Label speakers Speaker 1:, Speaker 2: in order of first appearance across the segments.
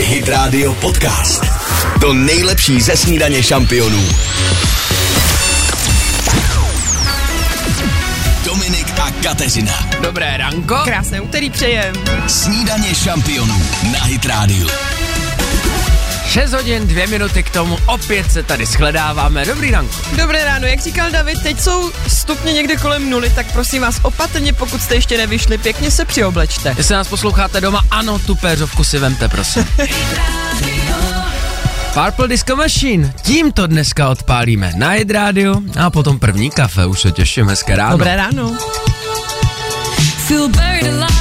Speaker 1: Hit Radio Podcast. To nejlepší ze snídaně šampionů. Dominik a Kateřina.
Speaker 2: Dobré ranko.
Speaker 3: Krásné úterý přejem.
Speaker 1: Snídaně šampionů na Hit Radio.
Speaker 2: 6 hodin, 2 minuty k tomu, opět se tady shledáváme. Dobrý ranko.
Speaker 3: Dobré ráno, jak říkal David, teď jsou stupně někde kolem nuly, tak prosím vás opatrně, pokud jste ještě nevyšli, pěkně se přioblečte.
Speaker 2: Jestli nás posloucháte doma, ano, tu péřovku si vemte, prosím. Purple Disco Machine, tím to dneska odpálíme na Hit Radio a potom první kafe, už se těším, hezké ráno.
Speaker 3: Dobré ráno.
Speaker 4: Feel buried alive.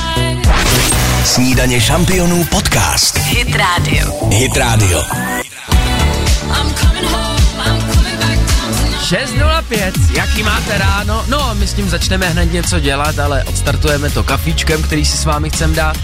Speaker 1: Snídaně šampionů podcast.
Speaker 5: Hit Radio.
Speaker 1: Hit Radio.
Speaker 4: I'm coming home. I'm coming back down tonight.
Speaker 2: 6.05, jaký máte ráno? No, my s tím začneme hned něco dělat, ale odstartujeme to kafíčkem, který si s vámi chcem dát.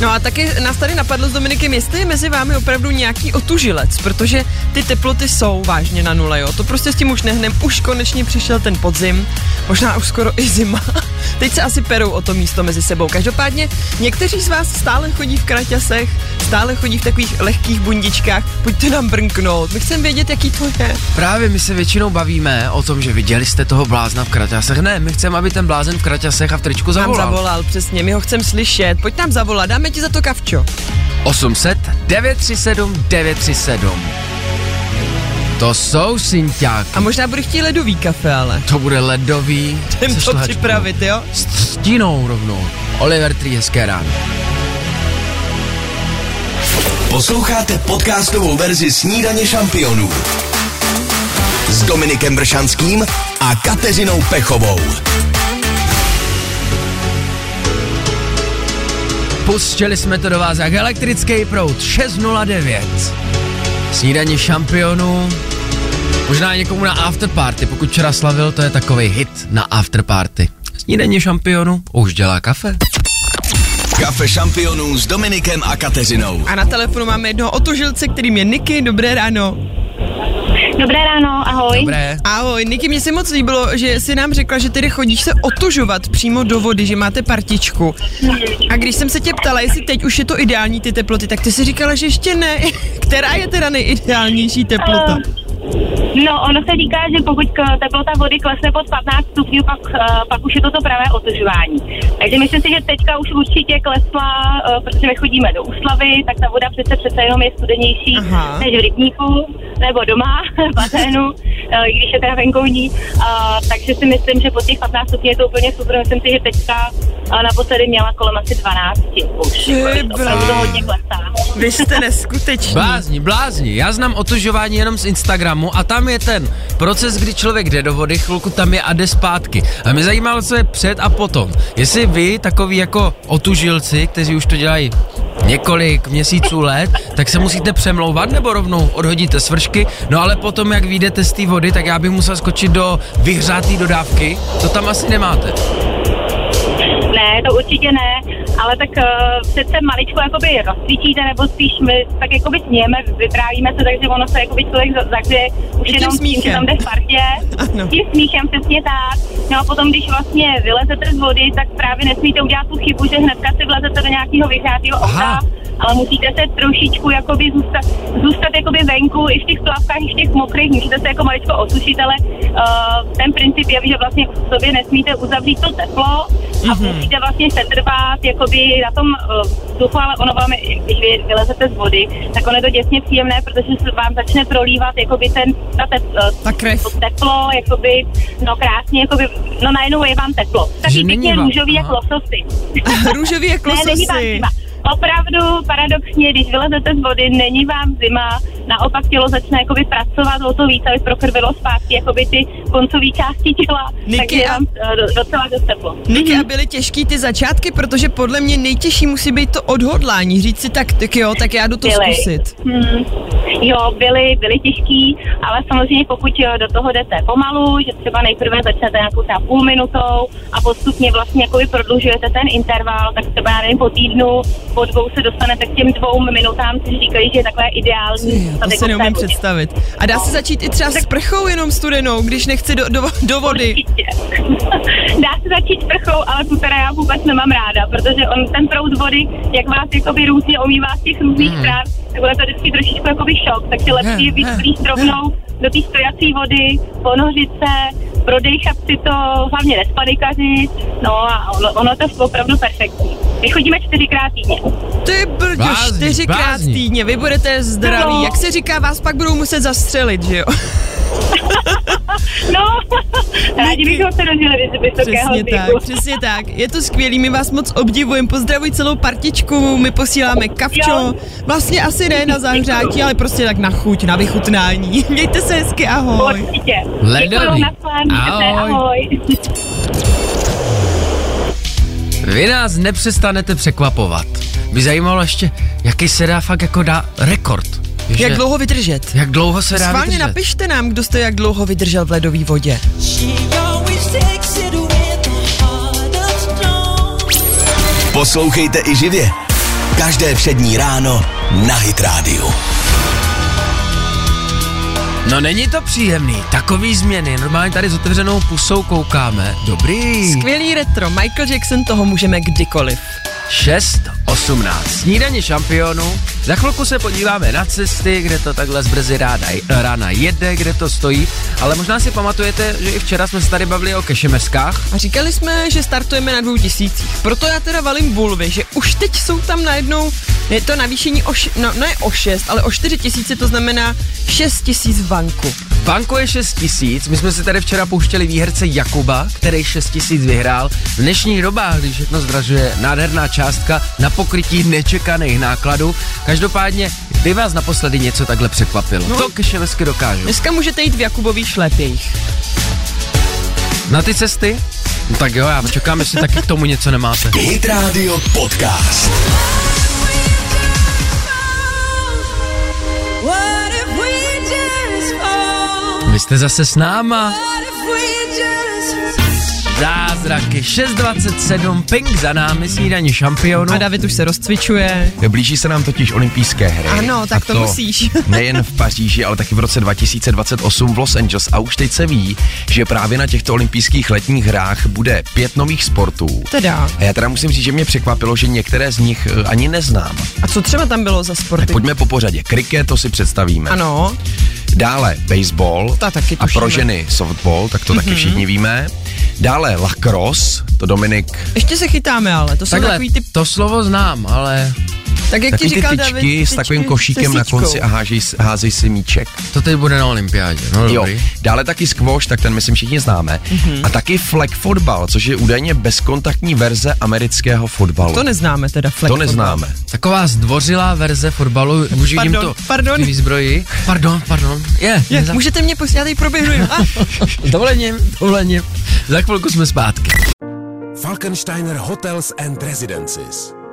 Speaker 3: No a taky nás tady napadlo s Dominikem, jestli je mezi vámi opravdu nějaký otužilec, protože ty teploty jsou vážně na nule, jo. To prostě s tím už nehnem, už konečně přišel ten podzim, možná už skoro i zima. Teď se asi perou o to místo mezi sebou. Každopádně někteří z vás stále chodí v kraťasech, stále chodí v takových lehkých bundičkách, pojďte nám brnknout, my chceme vědět, jaký to je.
Speaker 2: Právě my se většinou bavíme o tom, že viděli jste toho blázna v kraťasech. Ne, my chceme, aby ten blázen v kraťasech a v tričku
Speaker 3: Nám
Speaker 2: zavolal.
Speaker 3: zavolal, přesně, my ho chceme slyšet, pojď nám zavolat, dáme ti za to kavčo.
Speaker 2: 800 937 937. To jsou synťáky.
Speaker 3: A možná bude chtít ledový kafe, ale.
Speaker 2: To bude ledový.
Speaker 3: Jdem
Speaker 2: se
Speaker 3: to
Speaker 2: šlehačkou.
Speaker 3: připravit, jo?
Speaker 2: S třtinou rovnou. Oliver Tree, hezké ráno.
Speaker 1: Posloucháte podcastovou verzi Snídaně šampionů s Dominikem Bršanským a Kateřinou Pechovou.
Speaker 2: Pustěli jsme to do vás jak elektrický prout 609. Snídaní šampionů. Možná někomu na afterparty, pokud včera slavil, to je takový hit na afterparty. Snídaní šampionů už dělá kafe.
Speaker 1: Kafe šampionů s Dominikem a Kateřinou.
Speaker 3: A na telefonu máme jednoho otužilce, kterým je Niky. Dobré ráno.
Speaker 6: Dobré ráno, ahoj.
Speaker 2: Dobré.
Speaker 3: Ahoj, Niky, mně se moc líbilo, že jsi nám řekla, že tedy chodíš se otužovat přímo do vody, že máte partičku. A když jsem se tě ptala, jestli teď už je to ideální ty teploty, tak ty si říkala, že ještě ne. Která je teda nejideálnější teplota?
Speaker 6: Eh, No, ono se říká, že pokud k- teplota vody klesne pod 15 stupňů, pak, eh, pak už je to to pravé otužování. Takže myslím si, že teďka už určitě klesla, eh, protože my chodíme do úslavy, tak ta voda přece přece jenom je studenější
Speaker 3: Aha.
Speaker 6: než v rybníku nebo doma v bazénu, eh, i když je teda venkovní. Eh, Takže si myslím, že po těch 15 stupňů je to úplně super. Myslím si, že teďka eh, naposledy měla kolem asi 12 už.
Speaker 3: Ty
Speaker 6: Opravdu
Speaker 3: blá.
Speaker 6: hodně klesá.
Speaker 3: Vy jste neskuteční.
Speaker 2: Blázni, blázni. Já znám otužování jenom z Instagramu a tam je ten proces, kdy člověk jde do vody, chvilku tam je a jde zpátky. A mě zajímalo, co je před a potom. Jestli vy, takový jako otužilci, kteří už to dělají několik měsíců let, tak se musíte přemlouvat nebo rovnou odhodíte svršky, no ale potom, jak vyjdete z té vody, tak já bych musel skočit do vyhřátý dodávky, to tam asi nemáte.
Speaker 6: Ne, to určitě ne, ale tak uh, přece maličko jakoby rozcvičíte, nebo spíš my tak jakoby snějeme, vyprávíme se, takže ono se jakoby člověk za- zahřeje už
Speaker 3: I tím
Speaker 6: jenom tím, že
Speaker 3: smíchem.
Speaker 6: tam jde v partě,
Speaker 3: Ano.
Speaker 6: tím smíchem přesně tak. No a potom, když vlastně vylezete z vody, tak právě nesmíte udělat tu chybu, že hnedka si vlezete do nějakého vyhrátého
Speaker 2: Aha.
Speaker 6: auta, ale musíte se trošičku jakoby zůstat, zůstat jakoby venku i v těch plavkách, i v těch mokrých, můžete se jako maličko osušit, ale uh, ten princip je, že vlastně v sobě nesmíte uzavřít to teplo a
Speaker 2: Mhm.
Speaker 6: musíte vlastně setrvat jakoby na tom uh, vzduchu, ale ono vám, když vy vylezete z vody, tak ono je to děsně příjemné, protože se vám začne prolívat jakoby ten, ta, tep, eh,
Speaker 3: Ta krev.
Speaker 6: to teplo, jakoby, no krásně, jakoby, no najednou je vám teplo.
Speaker 2: Že
Speaker 6: Taky
Speaker 2: není
Speaker 6: pěkně
Speaker 2: vám-
Speaker 6: růžový jak
Speaker 2: aha.
Speaker 6: lososy.
Speaker 3: Růžový jak
Speaker 6: Ne, není vám
Speaker 3: lososy.
Speaker 6: zima. Opravdu paradoxně, když vylezete z vody, není vám zima, naopak tělo začne jakoby pracovat o to víc, aby prokrvilo zpátky jakoby ty koncové části těla,
Speaker 3: Niky,
Speaker 6: takže je
Speaker 3: a-
Speaker 6: vám eh, do- docela dost teplo.
Speaker 3: Niky, a byly těžký ty začátky, protože podle mě nejtěžší musí být to odhodlání, říct si tak, tak jo, tak já jdu to
Speaker 6: Byly.
Speaker 3: zkusit.
Speaker 6: Hmm. Jo, byly, byly těžký, ale samozřejmě pokud jo, do toho jdete pomalu, že třeba nejprve začnete nějakou třeba půl minutou a postupně vlastně jakoby prodlužujete ten interval, tak třeba já nevím, po týdnu, po dvou se dostanete k těm dvou minutám, což říkají, že je takové ideální.
Speaker 3: To si
Speaker 6: statek
Speaker 3: prostě neumím
Speaker 6: obsahu.
Speaker 3: představit. A dá se
Speaker 6: No.
Speaker 3: začít i třeba s prchou jenom studenou, když nechci do, do, do vody.
Speaker 6: Určitě. Dá se začít prchou, ale tu teda já
Speaker 3: Hmm.
Speaker 6: vůbec nemám ráda, protože on ten proud vody, jak vás jakoby různě omývá z těch různých stran, bude to vždycky trošičku jakoby šok, takže lepší je být
Speaker 7: ne,
Speaker 6: blíž rovnou
Speaker 3: hmm.
Speaker 6: do té stojací vody, ponořit se, prodejchat si to, hlavně nespanikařit, no a ono, ono je to opravdu perfektní. My chodíme čtyřikrát týdně.
Speaker 3: Ty brďo,
Speaker 7: Blázni,
Speaker 3: čtyřikrát
Speaker 7: blázni.
Speaker 3: týdně, vy budete zdraví.
Speaker 6: No.
Speaker 3: Jak se říká, vás pak budou muset zastřelit, že jo?
Speaker 6: No, rádi bychom se dožili vy- vysokého
Speaker 3: Přesně
Speaker 6: věku.
Speaker 3: tak, přesně tak. Je to skvělý, my vás moc obdivujeme. Pozdravuj celou partičku, my posíláme kavčo.
Speaker 6: Jo.
Speaker 3: Vlastně asi ne na zahřátí, ale prostě tak na chuť, na vychutnání. Mějte se hezky, ahoj.
Speaker 6: Určitě.
Speaker 7: Ledový.
Speaker 6: Děkuju, nashledanou,
Speaker 7: Ahoj.
Speaker 6: ahoj.
Speaker 7: Vy nás nepřestanete překvapovat. By zajímalo ještě, jaký se dá fakt jako dá rekord. Že,
Speaker 3: Jak dlouho vydržet?
Speaker 7: jak dlouho se dá
Speaker 3: Schválně
Speaker 7: vydržet.
Speaker 3: napište nám, kdo jste jak dlouho vydržel v ledové vodě.
Speaker 1: Poslouchejte i živě. Každé přední ráno na Hit Radio.
Speaker 7: No není to příjemný, takový změny, normálně tady s otevřenou pusou koukáme. Dobrý.
Speaker 3: Skvělý retro, Michael Jackson, toho můžeme kdykoliv.
Speaker 7: 6.18. Snídaně šampionů. Za chvilku se podíváme na cesty, kde to takhle z brzy ráda, rána jede, kde to stojí. Ale možná si pamatujete, že i včera jsme se tady bavili o kešemerskách.
Speaker 3: A říkali jsme, že startujeme na dvou tisících. Proto já teda valím bulvy, že už teď jsou tam najednou, je to navýšení o, š- no, ne o 6, ale o 4 tisíce, to znamená 6 tisíc v banku.
Speaker 7: Banko je 6 tisíc, my jsme si tady včera pouštěli výherce Jakuba, který 6 tisíc vyhrál. V dnešních dobách, když všechno zdražuje, nádherná částka na pokrytí nečekaných nákladů. Každopádně, kdy vás naposledy něco takhle překvapilo? No. To kešemersky dokážu.
Speaker 3: Dneska můžete jít v Jakubových šlepějích.
Speaker 7: Na ty cesty? No tak jo, já čekám, jestli taky k tomu něco nemáte.
Speaker 1: Hit Radio Podcast.
Speaker 7: Vy jste zase s náma. Zázraky 6.27, Pink za námi, snídaní šampionu.
Speaker 3: A David už se rozcvičuje.
Speaker 2: Blíží se nám totiž olympijské hry.
Speaker 3: Ano, tak
Speaker 2: A
Speaker 3: to musíš.
Speaker 2: Nejen v Paříži, ale taky v roce 2028 v Los Angeles. A už teď se ví, že právě na těchto olympijských letních hrách bude pět nových sportů.
Speaker 3: Teda.
Speaker 2: A já teda musím říct, že mě překvapilo, že některé z nich eh, ani neznám.
Speaker 3: A co třeba tam bylo za
Speaker 2: Tak
Speaker 3: sporty?
Speaker 2: pojďme po pořadě. Kriket, to si představíme.
Speaker 3: Ano,
Speaker 2: Dále baseball.
Speaker 3: Ta taky
Speaker 2: a pro
Speaker 3: tušíme. Mhm.
Speaker 2: ženy softball, tak to mm-hmm. taky všichni víme. Dále lacrosse, to Dominik
Speaker 3: ještě se chytáme, ale to jsou
Speaker 7: Takhle,
Speaker 3: takový ty,
Speaker 7: to slovo znám, ale
Speaker 3: tak jak ti
Speaker 2: Takový ty
Speaker 3: říkal
Speaker 2: tyčky
Speaker 3: David,
Speaker 2: s takovým
Speaker 3: tyčky
Speaker 2: košíkem
Speaker 3: se
Speaker 2: na
Speaker 3: síťkou.
Speaker 2: konci a hážej, s- házej si míček.
Speaker 7: to teď bude na olympiádě. No
Speaker 2: Jo.
Speaker 7: dobrý.
Speaker 2: Dále taky squash, tak ten myslím všichni známe. Mm-hmm.
Speaker 7: Mhm.
Speaker 2: A taky flag fotbal, což je údajně bezkontaktní verze amerického fotbalu.
Speaker 3: To neznáme teda, flag
Speaker 2: to
Speaker 3: fotbal.
Speaker 2: neznáme.
Speaker 7: Taková zdvořilá verze fotbalu, můžu jim
Speaker 3: Pardon,
Speaker 7: to
Speaker 3: pardon.
Speaker 7: ty výzbroji. Pardon, pardon. Je,
Speaker 3: Je,
Speaker 7: je za...
Speaker 3: můžete mě pustit, já tady proběhnu. Ah.
Speaker 7: s dovolením, s dovolením. Za chvilku jsme zpátky.
Speaker 8: Falkensteiner Hotels and Residences.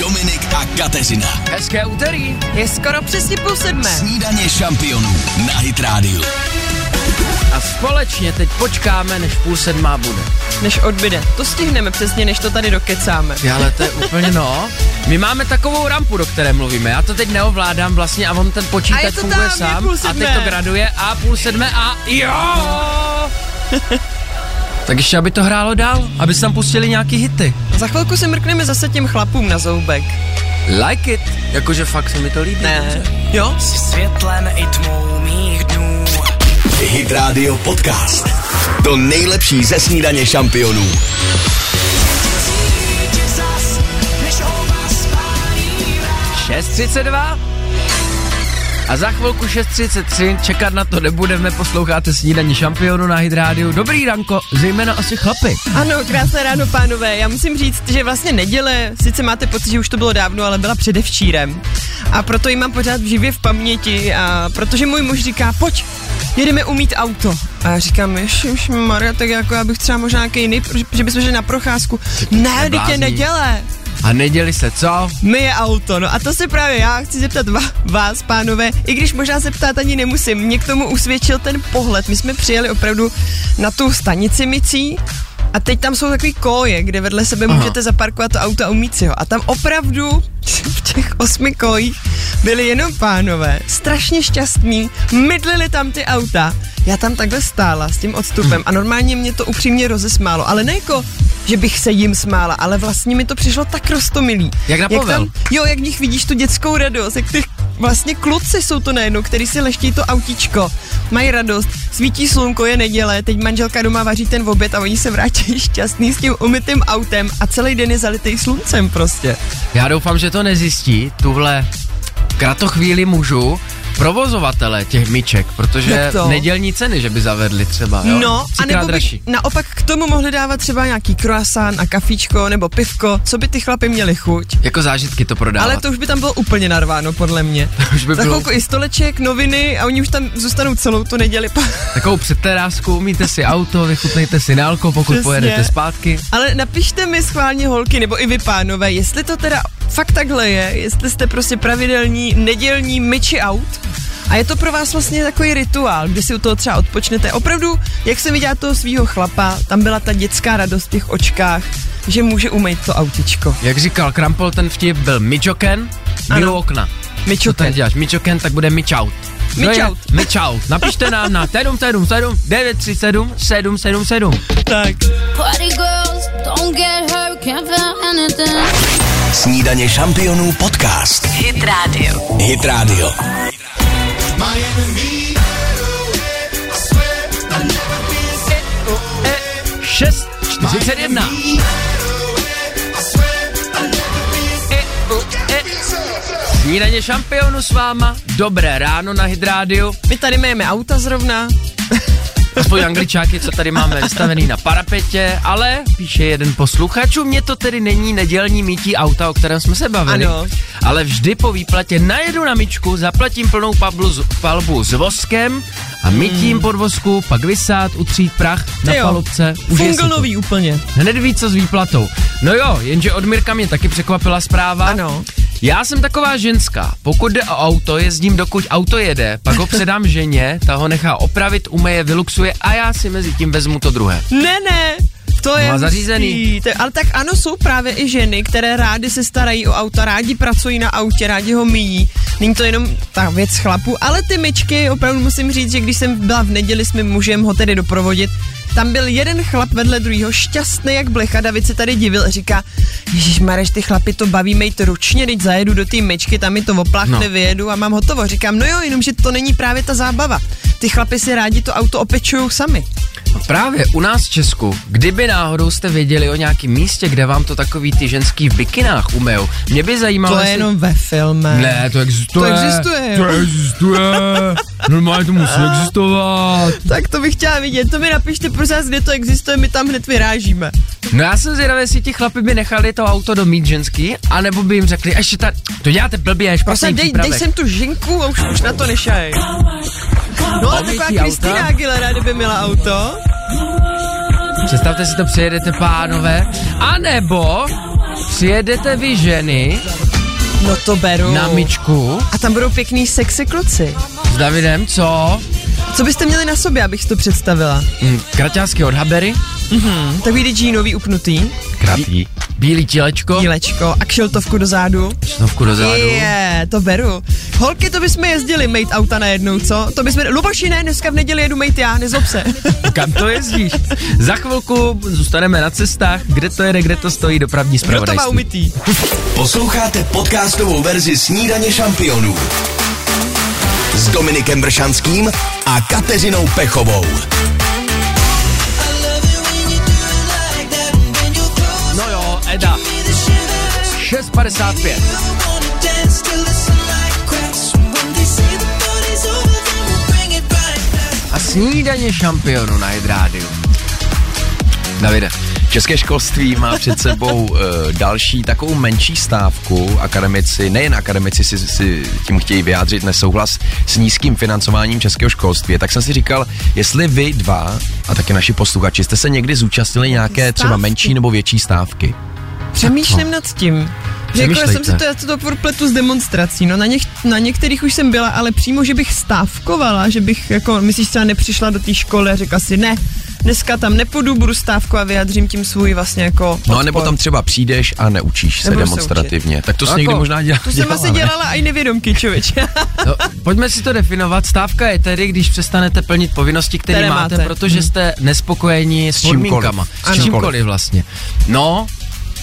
Speaker 1: Dominik a Kateřina.
Speaker 7: Hezké úterý.
Speaker 3: Je skoro přesně půl sedmé.
Speaker 1: Snídaně šampionů na Hit Radio.
Speaker 7: A společně teď počkáme, než půl sedmá bude.
Speaker 3: Než odbyde. To stihneme přesně, než to tady dokecáme.
Speaker 7: Ty, ale to je úplně no. My máme takovou rampu, do které mluvíme. Já to teď neovládám vlastně a on ten
Speaker 3: A je
Speaker 7: počítač
Speaker 3: to
Speaker 7: funguje
Speaker 3: tam, je
Speaker 7: sám.
Speaker 3: půl
Speaker 7: a teď
Speaker 3: sedmé.
Speaker 7: to graduje a půl sedmé a jo! tak ještě, aby to hrálo dál, aby se tam pustili nějaký hity.
Speaker 3: Za chvilku se mrkneme zase těm chlapům na zoubek.
Speaker 7: Like it. Jakože fakt se mi to líbí.
Speaker 3: Ne. Jo?
Speaker 9: světlem i tmou mých dnů.
Speaker 1: Hit Radio Podcast. To nejlepší ze snídaně šampionů.
Speaker 4: zas, než o vás spálí
Speaker 7: 6.32 a za chvilku 6.33, čekat na to nebudeme, posloucháte snídaní šampionu na Hydrádiu. Dobrý ranko, zejména asi chlapy.
Speaker 3: Ano, krásné ráno, pánové. Já musím říct, že vlastně neděle, sice máte pocit, že už to bylo dávno, ale byla předevčírem. A proto ji mám pořád živě v paměti, a protože můj muž říká, pojď, jedeme umít auto. A já říkám, už Maria, tak jako já bych třeba možná nějaký jiný, že bychom šli na procházku. Ne, teď je
Speaker 7: neblázni.
Speaker 3: neděle.
Speaker 7: a neděli se co?
Speaker 3: Myje auto, no a to se právě já chci zeptat va- vás, pánové, i když možná se ptát ani nemusím, mě k tomu usvědčil ten pohled. My jsme přijeli opravdu na tu stanici mycí a teď tam jsou takový koje, kde vedle sebe Aha. můžete zaparkovat to auto a umít si ho. A tam opravdu v těch osmi kojích byli jenom pánové, strašně šťastní, mydlili tam ty auta. Já tam takhle stála s tím odstupem a normálně mě to upřímně rozesmálo, ale ne jako, že bych se jim smála, ale vlastně mi to přišlo tak rostomilý.
Speaker 7: Jak na povel.
Speaker 3: tam, Jo, jak v nich vidíš tu dětskou radost, jak ty vlastně kluci jsou to najednou, který si leští to autičko, mají radost, svítí slunko, je neděle, teď manželka doma vaří ten oběd a oni se vrátí šťastný s tím umytým autem a celý den je zalitý sluncem prostě.
Speaker 7: Já doufám, že to nezjistí, tuhle kratochvíli mužů, provozovatele těch myček, protože
Speaker 3: Jak to?
Speaker 7: nedělní ceny, že by zavedli třeba, jo?
Speaker 3: No, a
Speaker 7: Třikrát
Speaker 3: nebo by
Speaker 7: dražší.
Speaker 3: naopak k tomu mohli dávat třeba nějaký croissant a kafíčko nebo pivko, co by ty chlapy měli chuť.
Speaker 7: Jako zážitky to prodávat.
Speaker 3: Ale to už by tam bylo úplně narváno, podle mě.
Speaker 7: už by
Speaker 3: Za
Speaker 7: bylo-
Speaker 3: chvilku i stoleček, noviny a oni už tam zůstanou celou tu neděli.
Speaker 7: Takovou předterásku, umíte si auto, vychutnejte si nálko, pokud
Speaker 3: Přesně.
Speaker 7: pojedete zpátky.
Speaker 3: Ale napište mi schválně holky, nebo i vy pánové, jestli to teda fakt takhle je, jestli jste prostě pravidelní nedělní myči aut, a je to pro vás vlastně takový rituál, kdy si u toho třeba odpočnete. Opravdu, jak jsem viděla toho svého chlapa, tam byla ta dětská radost v těch očkách, že může umýt to autičko.
Speaker 7: Jak říkal Krampol, ten vtip byl Michoken, bylo
Speaker 3: Ano.
Speaker 7: okna. Co
Speaker 3: Myčote.
Speaker 7: tady děláš? Michoken, tak bude Michout. Kdo je?
Speaker 3: Michout.
Speaker 7: Michout. Napište nám na 777 937 777.
Speaker 3: Tak.
Speaker 4: Party girls, don't get hurt, can't feel anything.
Speaker 1: Snídaně šampionů podcast.
Speaker 10: Hit Radio.
Speaker 1: Hit Radio.
Speaker 7: Šest, 41. E, Snídaně šampionu s váma, dobré ráno na Hydrádiu,
Speaker 3: My tady máme auta zrovna.
Speaker 7: aspoň angličáky, co tady máme vystavený na parapetě, ale píše jeden posluchačů, mě to tedy není nedělní mítí auta, o kterém jsme se bavili,
Speaker 3: Ano.
Speaker 7: ale vždy po výplatě najedu na myčku, zaplatím plnou pablu z, palbu s voskem a mytím podvozku, pak vysát, utřít prach na
Speaker 3: Ty jo.
Speaker 7: palubce. Už je si to.
Speaker 3: Fungolový úplně.
Speaker 7: Hned ví, co s výplatou. No jo, jenže od Mirka mě taky překvapila zpráva.
Speaker 3: Ano.
Speaker 7: Já jsem taková ženská. Pokud jde o auto, jezdím dokud auto jede, pak ho předám ženě, ta ho nechá opravit, umeje, vyluxuje a já si mezi tím vezmu to druhé.
Speaker 3: Ne, ne, to je
Speaker 7: Má
Speaker 3: hustý.
Speaker 7: zařízený.
Speaker 3: To je- Ale tak ano, jsou právě i ženy, které rády se starají o auta, rádi pracují na autě, rádi ho míjí. Není to jenom ta věc chlapu, ale ty myčky, opravdu musím říct, že když jsem byla v neděli s mým mužem ho tedy doprovodit, tam byl jeden chlap vedle druhého, šťastný jak blecha, David se tady divil a říká, Ježíš Mareš, ty chlapi to baví mít ručně, teď zajedu do té myčky, tam mi to opláchne,
Speaker 7: No.
Speaker 3: no. vyjedu a mám hotovo. Říkám, no jo, jenomže to není právě ta zábava. Ty chlapi si rádi to auto opečují sami.
Speaker 7: A právě u nás v Česku, kdyby náhodou jste věděli o nějakém místě, kde vám to takový ty ženský v bikinách umejou, mě by zajímalo,
Speaker 3: To je
Speaker 7: jestli-
Speaker 3: jenom ve filmech.
Speaker 7: Ne, to existuje.
Speaker 3: To existuje,
Speaker 7: To
Speaker 3: jo.
Speaker 7: existuje. Normálně to musí existovat.
Speaker 3: Tak to bych chtěla vidět, to mi napište prosím vás, kde to existuje, my tam hned vyrážíme.
Speaker 7: No já jsem zvědavý, jestli ti chlapi by nechali to auto domít ženský, anebo by jim řekli, ještě ta, to děláte blbě, špatný
Speaker 3: Prosím, dej, dej
Speaker 7: přípravek.
Speaker 3: sem tu žinku a už, už na to nešaj. No a
Speaker 7: Obětí
Speaker 3: taková
Speaker 7: auta.
Speaker 3: Kristýna Aguilera, kdyby měla auto.
Speaker 7: Představte si to, přijedete pánové, anebo přijedete vy ženy
Speaker 3: No to beru.
Speaker 7: na myčku
Speaker 3: A tam budou pěkný sexy kluci.
Speaker 7: s Davidem, co?
Speaker 3: Co byste měli na sobě, abych si to představila?
Speaker 7: Mm, Kraťásky od Habery,
Speaker 3: Hm, Takový ty džínový upnutý,
Speaker 2: Kratý.
Speaker 7: bílý tílečko,
Speaker 3: dílečko a kšiltovku do zádu.
Speaker 7: šnovku do zádu.
Speaker 3: Je, to beru. Holky, to bychom jezdili mít auta najednou, co? To bychom... Luboši, ne, dneska v neděli jedu mít já, nezlob se.
Speaker 7: Kam to jezdíš? Za chvilku zůstaneme na cestách, kde to jede, kde to stojí, dopravní
Speaker 3: Kdo to má
Speaker 7: zpravodajství.
Speaker 3: umytý?
Speaker 1: Posloucháte podcastovou verzi Snídaně šampionů s Dominikem Bršanským a Kateřinou Pechovou.
Speaker 7: No jo, Eda. 6.55. A snídaně šampionu na Hydrádiu. Davide,
Speaker 2: České školství má před sebou uh, další takovou menší stávku. Akademici, nejen akademici si, si tím chtějí vyjádřit nesouhlas s nízkým financováním českého školství. Tak jsem si říkal, jestli vy dva a taky naši posluchači jste se někdy zúčastnili nějaké třeba
Speaker 3: Stávky.
Speaker 2: menší nebo větší stávky.
Speaker 3: Přemýšlím nad tím. Že jako já jsem si
Speaker 7: Přemýšlejte.
Speaker 3: to, já to furt pletu s demonstrací, no na, něk, na některých už jsem byla, ale přímo, že bych stávkovala, že bych jako, myslíš třeba nepřišla do té školy a řekla si ne, dneska tam nepůjdu, budu stávku a vyjadřím tím svůj vlastně jako
Speaker 2: No a nebo
Speaker 3: odpor.
Speaker 2: tam třeba přijdeš a neučíš se
Speaker 3: Nebudu se
Speaker 2: demonstrativně. tak to jsi
Speaker 7: Jako,
Speaker 2: někdy možná dělal.
Speaker 3: No To jsem asi
Speaker 2: ne?
Speaker 3: dělala i nevědomky, člověče.
Speaker 7: No, pojďme si to definovat. Stávka je tedy, když přestanete plnit povinnosti, které,
Speaker 3: Které
Speaker 7: máte,
Speaker 3: máte. Mhm.
Speaker 7: protože jste nespokojeni s,
Speaker 2: čímkoliv.
Speaker 7: podmínkama.
Speaker 2: Ano.
Speaker 7: S čímkoliv vlastně. No,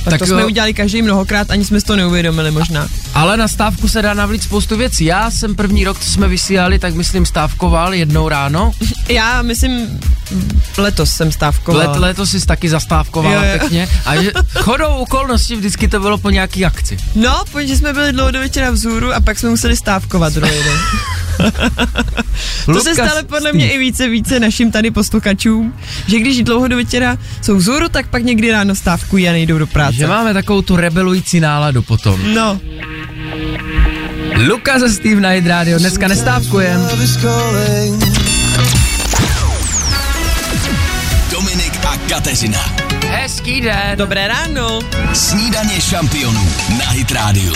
Speaker 3: tak, tak to
Speaker 7: jo,
Speaker 3: jsme udělali každý mnohokrát, ani jsme si to neuvědomili možná.
Speaker 7: ale na stávku se dá navlít spoustu věcí. Já jsem první rok, co jsme vysílali, tak myslím stávkoval jednou ráno.
Speaker 3: Já myslím, letos jsem stávkovala.
Speaker 7: Let, letos jsi taky zastávkovala
Speaker 3: Jo, jo.
Speaker 7: pěkně. A že, chodou okolností vždycky to bylo po nějaký akci.
Speaker 3: No, protože jsme byli dlouho do večera vzhůru a pak jsme museli stávkovat druhý den. to se
Speaker 7: Lukas
Speaker 3: stalo podle mě i více více našim tady posluchačům, že když dlouho do večera jsou vzhůru, tak pak někdy ráno stávkují a nejdou do
Speaker 7: Že
Speaker 3: práce.
Speaker 7: máme takovou tu rebelující náladu potom.
Speaker 3: No,
Speaker 7: Luka ze Steve Night Radio, dneska nestávkujem.
Speaker 1: Dominik a Kateřina.
Speaker 7: Hezký den.
Speaker 3: dobré ráno.
Speaker 1: Snídaně šampionů na Hit Radio.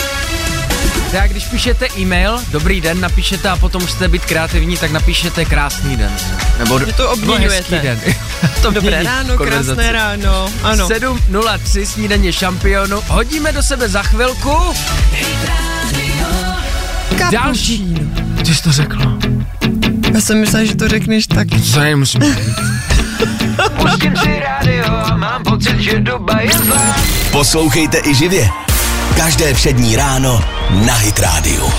Speaker 7: Tak když píšete e-mail, dobrý den, napíšete a potom chcete být kreativní, tak napíšete krásný den. Nebo,
Speaker 3: Že to
Speaker 7: nebo
Speaker 3: obměňujete.
Speaker 7: hezký den. to
Speaker 3: Dobré
Speaker 7: mění
Speaker 3: ráno,
Speaker 7: konverzaci.
Speaker 3: krásné ráno. Ano.
Speaker 7: 7.03 snídaně šampionu. Hodíme do sebe za chvilku. Další. Ty jsi to řekla.
Speaker 3: Já jsem myslela, že to řekneš tak.
Speaker 7: To nemusím.
Speaker 1: Poslouchejte i živě. Každé přední ráno na Hit Radio.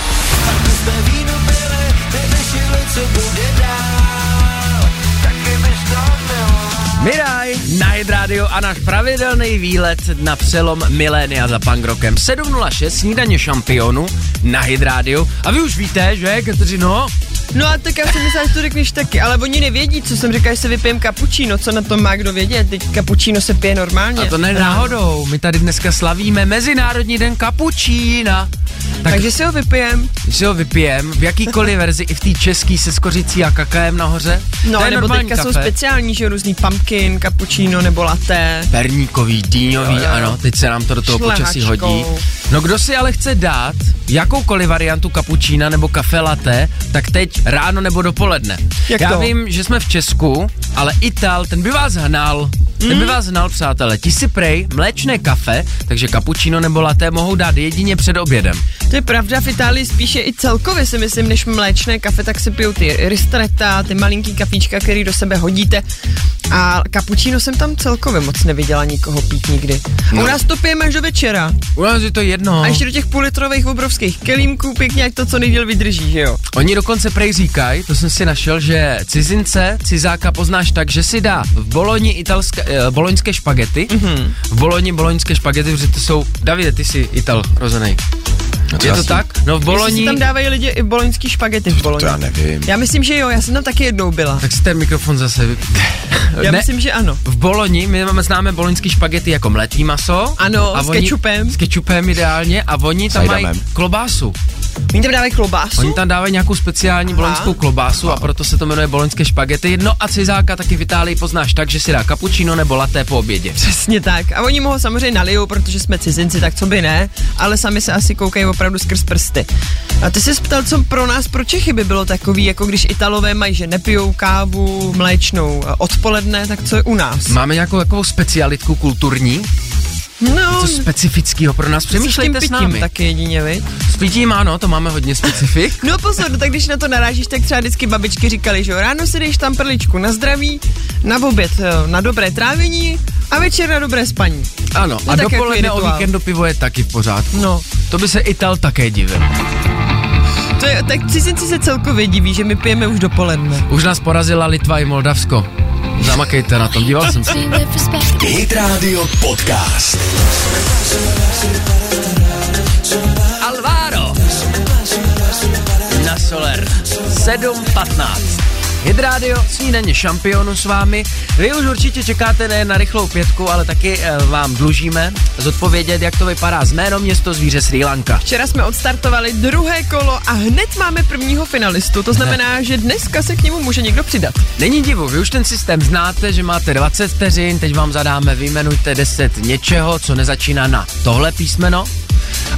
Speaker 7: Miraj, na Hit Radio a náš pravidelný výlet na přelom milénia za pangrokem. 7.06 snídaně šampionu na Hit Radio. A vy už víte, že Kateřino?
Speaker 3: No a tak já jsem myslela, že to řekneš taky, ale oni nevědí, co jsem říkala, že se vypijem kapučíno, co na tom má kdo vědět, teď kapučíno se pije normálně.
Speaker 7: A to ne náhodou, my tady dneska slavíme Mezinárodní den kapučína. Tak
Speaker 3: Takže si ho vypijem.
Speaker 7: si ho vypijem v jakýkoliv verzi, i v té český se skořicí a kakaem nahoře.
Speaker 3: No,
Speaker 7: to je
Speaker 3: nebo
Speaker 7: normální
Speaker 3: teďka
Speaker 7: kafe.
Speaker 3: jsou speciální, že jo, různý pumpkin, cappuccino nebo latte.
Speaker 7: Perníkový, dýňový,
Speaker 3: Jo, jo.
Speaker 7: ano, teď se nám to do toho počasí hodí.
Speaker 3: Šlehačkou.
Speaker 7: No kdo si ale chce dát jakoukoliv variantu kapučína nebo kafe latte, tak teď ráno nebo dopoledne.
Speaker 3: Jak
Speaker 7: Já
Speaker 3: to?
Speaker 7: vím, že jsme v Česku, ale Ital, ten by vás hnal. Ten
Speaker 3: Hmm?
Speaker 7: by vás znal, přátelé. Ti si prej mléčné kafe, takže kapučíno nebo laté mohou dát jedině před obědem.
Speaker 3: To je pravda, v Itálii spíše i celkově si myslím, než mléčné kafe, tak si pijou ty ristretta, ty malinký kafíčka, který do sebe hodíte. A kapučíno jsem tam celkově moc neviděla nikoho pít nikdy. No. U nás to pijeme až do večera.
Speaker 7: U nás je to jedno.
Speaker 3: A ještě do těch půllitrových obrovských kelímků pěkně, jak to co nejdíl vydrží, že jo?
Speaker 7: Oni dokonce prej říkají, to jsem si našel, že cizince, cizáka poznáš tak, že si dá v Boloni italské, eh, boloňské špagety,
Speaker 3: Mhm.
Speaker 7: mm-hmm. v Boloni boloňské špagety, protože to jsou, Davide, ty jsi Ital rozený.
Speaker 2: No, co
Speaker 7: Je
Speaker 2: já
Speaker 7: to
Speaker 2: s tím-
Speaker 7: tak? No v
Speaker 3: Jestli si
Speaker 7: Boloni,
Speaker 3: tam dávají lidi i boloňský špagety v Boloni.
Speaker 2: To já nevím.
Speaker 3: Já myslím, že jo, já jsem tam taky jednou byla.
Speaker 7: tak si ten mikrofon zase vyp...
Speaker 3: Já
Speaker 7: ne,
Speaker 3: myslím, že ano.
Speaker 7: v Boloni, my máme známe boloňský špagety jako mletý maso.
Speaker 3: Ano, s
Speaker 7: oni-
Speaker 3: kečupem.
Speaker 7: S kečupem ideálně a oni tam mají
Speaker 2: Sajdamem.
Speaker 7: klobásu.
Speaker 3: Oni tam dávají klobásu?
Speaker 7: Oni tam dávají nějakou speciální boloňskou klobásu a proto se to jmenuje boloňské špagety. No a cizáka taky v Itálii poznáš tak, že si dá cappuccino nebo laté po obědě.
Speaker 3: Přesně tak. A oni mu ho samozřejmě nalijou, protože jsme cizinci, tak co by ne, ale sami se asi koukají opravdu skrz prsty. A ty se ptal, co pro nás, pro Čechy by bylo takový, jako když Italové mají, že nepijou kávu mléčnou eh, odpoledne, tak co je u nás?
Speaker 7: Máme nějakou takovou specialitku kulturní,
Speaker 3: No,
Speaker 7: co specifického pro nás. Přemýšlejte
Speaker 3: s, tím
Speaker 7: s
Speaker 3: pitím
Speaker 7: námi. Tak...
Speaker 3: taky jedině, vy.
Speaker 7: S pitím ano, to máme hodně specifik.
Speaker 3: No pozor, tak když na to narážíš, tak třeba vždycky babičky říkali, že jo, ráno si dejš tam prličku na zdraví, na oběd eh, na dobré trávení a večer na dobré spaní.
Speaker 7: Ano,
Speaker 3: No
Speaker 7: a
Speaker 3: tak jako
Speaker 7: dopoledne o
Speaker 3: rituál.
Speaker 7: víkendu pivo je taky v pořádku.
Speaker 3: No,
Speaker 7: To by se Ital také divil.
Speaker 3: to je, tak cizinci se celkově diví, že my pijeme už dopoledne.
Speaker 7: Už nás porazila Litva i Moldavsko. Zamakejte na tom, díval jsem se.
Speaker 1: Hit Radio Podcast.
Speaker 7: Alvaro na Soler 7.15. Hit Radio, snídaně šampionu s vámi. Vy už určitě čekáte nejen na rychlou pětku, ale taky eh, vám dlužíme zodpovědět, jak to vypadá z jméno město zvíře Sri Lanka.
Speaker 3: Včera jsme odstartovali druhé kolo a hned máme prvního finalistu. To znamená, že dneska se k němu může někdo přidat.
Speaker 7: Není divu, vy už ten systém znáte, že máte 20 vteřin, teď vám zadáme vyjmenujte 10 něčeho, co nezačíná na tohle písmeno.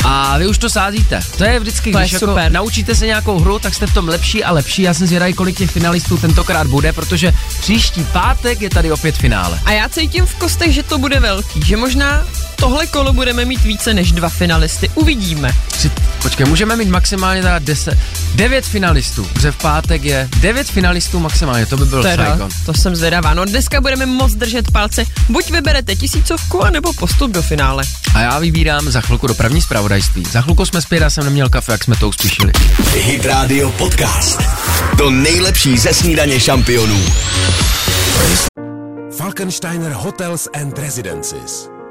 Speaker 7: A vy už to sázíte. To je vždycky,
Speaker 3: To
Speaker 7: když
Speaker 3: je
Speaker 7: jako
Speaker 3: super.
Speaker 7: naučíte se nějakou hru, tak jste v tom lepší a lepší. Já jsem zvědavý, kolik těch finalistů tentokrát bude, protože příští pátek je tady opět finále.
Speaker 3: A já cítím v kostech, že to bude velký, že možná tohle kolo budeme mít více než dva finalisty. Uvidíme.
Speaker 7: Tři, počkej, můžeme mít maximálně teda 10, 9 finalistů, protože v pátek je 9 finalistů maximálně, to by byl
Speaker 3: Teda,
Speaker 7: Saigon.
Speaker 3: to jsem zvědavá. No dneska budeme moc držet palce. Buď vyberete tisícovku, anebo postup do finále.
Speaker 7: A já vybírám za chvilku dopravní zpravodajství. Za chvilku jsme zpět, já jsem neměl kafe, jak jsme to uspíšili.
Speaker 1: Hit Radio Podcast. To nejlepší ze snídaně šampionů.
Speaker 8: Falkensteiner Hotels and Residences.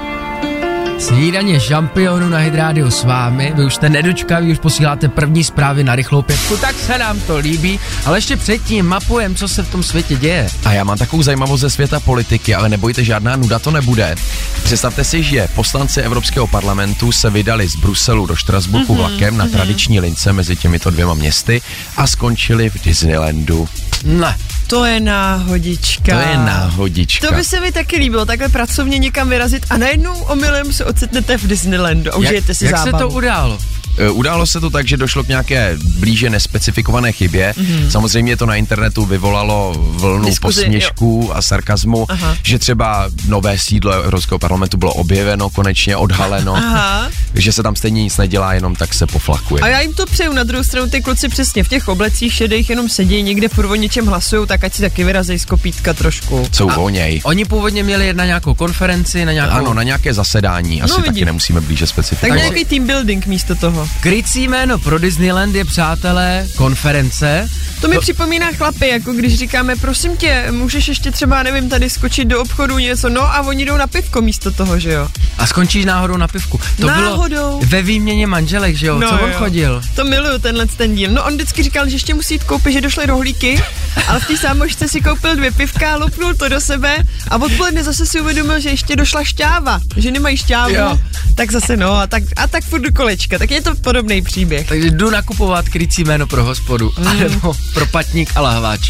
Speaker 7: Snídaně šampionu na Hydrádiu s vámi, vy už jste nedočkaví, už posíláte první zprávy na rychlou pětku, tak se nám to líbí, ale ještě předtím mapujem, co se v tom světě děje.
Speaker 2: A já mám takovou zajímavost ze světa politiky, ale nebojte, žádná nuda to nebude. Představte si, že poslanci Evropského parlamentu se vydali z Bruselu do Štrasburku
Speaker 7: Mhm,
Speaker 2: mm-hmm, vlakem na mm-hmm. tradiční lince mezi těmito dvěma městy a skončili v Disneylandu.
Speaker 7: Ne,
Speaker 3: To je náhodička.
Speaker 2: To je náhodička.
Speaker 3: To by se mi taky líbilo, takhle pracovně někam vyrazit a najednou omylem se ocitnete v Disneylandu a užijete si
Speaker 7: jak se
Speaker 3: zábavu.
Speaker 7: to událo?
Speaker 2: E, Událo se to tak, že došlo k nějaké blíže nespecifikované chybě. Mm-hmm. Samozřejmě to na internetu vyvolalo vlnu
Speaker 3: Mhm. Diskuzi,
Speaker 2: posměšků a sarkazmu,
Speaker 3: Aha.
Speaker 2: že třeba nové sídlo Evropského parlamentu bylo objeveno, konečně odhaleno,
Speaker 3: Aha.
Speaker 2: že se tam stejně nic nedělá, jenom tak se poflakuje.
Speaker 3: A já jim to přeju na druhou stranu, ty kluci přesně v těch oblecích šedých jenom sedí, někde furt o něčem hlasují, tak ať si taky vyrazej z kopítka trošku.
Speaker 2: Jsou voněj.
Speaker 7: Oni původně měli jet na nějakou konferenci, na nějakou...
Speaker 2: Ano, na nějaké zasedání, asi no,
Speaker 3: vidíš.
Speaker 2: taky nemusíme blíže
Speaker 3: Tak
Speaker 2: specifikovat.
Speaker 3: nějaký team building místo toho.
Speaker 7: Krycí jméno pro Disneyland je, přátelé, konference.
Speaker 3: To mi připomíná chlapy, jako když říkáme, prosím tě, můžeš ještě třeba, nevím, tady skočit do obchodu něco, no a oni jdou na pivko místo toho, že jo.
Speaker 7: A skončíš náhodou na pivku. To bylo
Speaker 3: Náhodou.
Speaker 7: ve výměně manželek, že jo?
Speaker 3: No,
Speaker 7: Co on
Speaker 3: jo.
Speaker 7: chodil?
Speaker 3: To miluju tenhle ten díl. No on vždycky říkal, že ještě musí jít koupit, že došly rohlíky, ale v té sámošce si koupil dvě pivka, lopnul to do sebe a odpoledne zase si uvědomil, že ještě došla šťáva, že nemají šťávu.
Speaker 7: Jo.
Speaker 3: Tak zase no a tak, a tak furt do kolečka. Tak je to podobný příběh.
Speaker 7: Takže jdu nakupovat krycí jméno pro hospodu, mm. anebo pro patník a lahváč.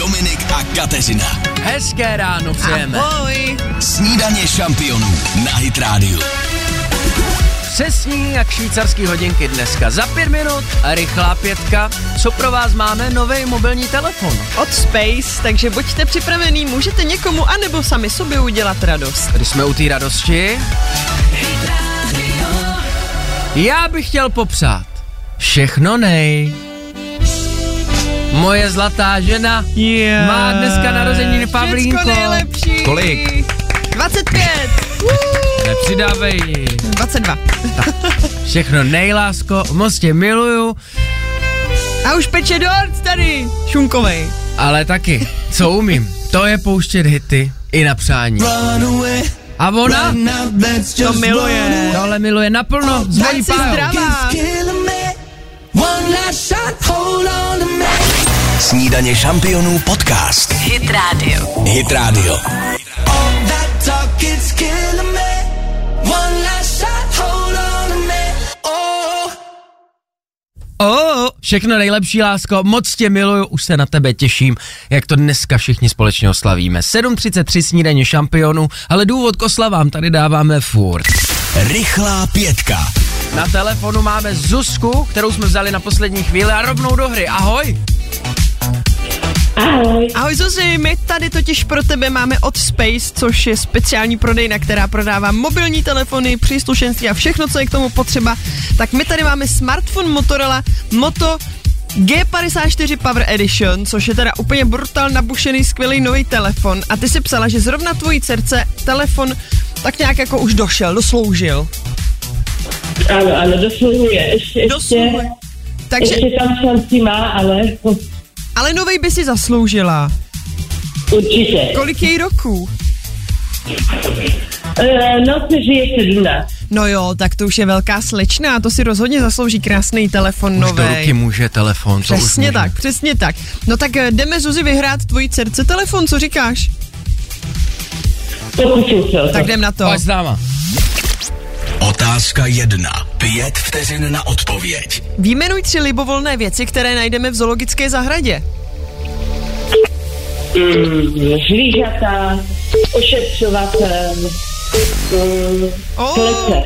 Speaker 1: Dominik a Kateřina.
Speaker 7: Hezké ráno přejeme.
Speaker 3: Ahoj.
Speaker 1: Snídaně šampionů na Hit Radio.
Speaker 7: Přesní jak švýcarský hodinky dneska. Za pět minut rychlá pětka. Co pro vás máme? Nový mobilní telefon.
Speaker 3: Od Space, takže buďte připravený, můžete někomu anebo sami sobě udělat radost.
Speaker 7: Tady jsme u té radosti. Já bych chtěl popřát všechno nej. Moje zlatá žena
Speaker 3: Yeah.
Speaker 7: Má dneska narozeniny Pavlínko.
Speaker 3: Všecko nejlepší.
Speaker 2: Kolik?
Speaker 3: 25. Woo!
Speaker 7: Nepřidávej ji.
Speaker 3: 22.
Speaker 7: Všechno nejlásko, moc tě miluju,
Speaker 3: A už peče dort tady. Šunkovej.
Speaker 7: ale taky, co umím, to je pouštět hity i na přání. A ona
Speaker 3: To miluje.
Speaker 7: tohle miluje naplno, zvoní
Speaker 3: Ať jsi
Speaker 7: pár.
Speaker 3: zdravá.
Speaker 1: Snídaně šampionů podcast. Hit Radio. Hit Radio.
Speaker 7: Oh, všechno nejlepší, lásko, moc tě miluju, už se na tebe těším, jak to dneska všichni společně oslavíme. 7.33 snídaně šampionů, ale důvod k oslavám tady dáváme furt.
Speaker 1: Rychlá pětka.
Speaker 7: Na telefonu máme Zuzku, kterou jsme vzali na poslední chvíli a rovnou do hry. Ahoj!
Speaker 3: Ahoj Zuzi, my tady totiž pro tebe máme od Space, což je speciální prodejna, která prodává mobilní telefony, příslušenství a všechno, co je k tomu potřeba. Tak my tady máme smartphone Motorola Moto G54 Power Edition, což je teda úplně brutal nabušený skvělý nový telefon. A ty si psala, že zrovna tvojí dcerce telefon tak nějak jako už došel, dosloužil.
Speaker 11: Ano, ano, dosluhuje. Ještě, ještě,
Speaker 3: Dosloužil. Takže,
Speaker 11: ještě tam šanci má, ale
Speaker 3: ale novej by si zasloužila.
Speaker 11: určitě.
Speaker 3: Kolik je jí roků?
Speaker 11: Eh, No, se žije 17.
Speaker 3: No jo, tak to už je velká slečna a to si rozhodně zaslouží krásný telefon
Speaker 7: Už do ruky
Speaker 3: nový.
Speaker 7: může telefon, to už
Speaker 3: Přesně
Speaker 7: může.
Speaker 3: tak, přesně tak. No tak eh, jdeme Zuzi vyhrát tvojí dcerce telefon, co říkáš?
Speaker 11: Pokusím se o to.
Speaker 3: Tak jdem na to.
Speaker 7: Pojď s náma.
Speaker 1: Otázka jedna. Pět vteřin na odpověď.
Speaker 3: Výjmenuj tři libovolné věci, které najdeme v zoologické zahradě.
Speaker 11: Mm, Žlížata, ošetřovatel, mm,
Speaker 3: O,
Speaker 11: klece.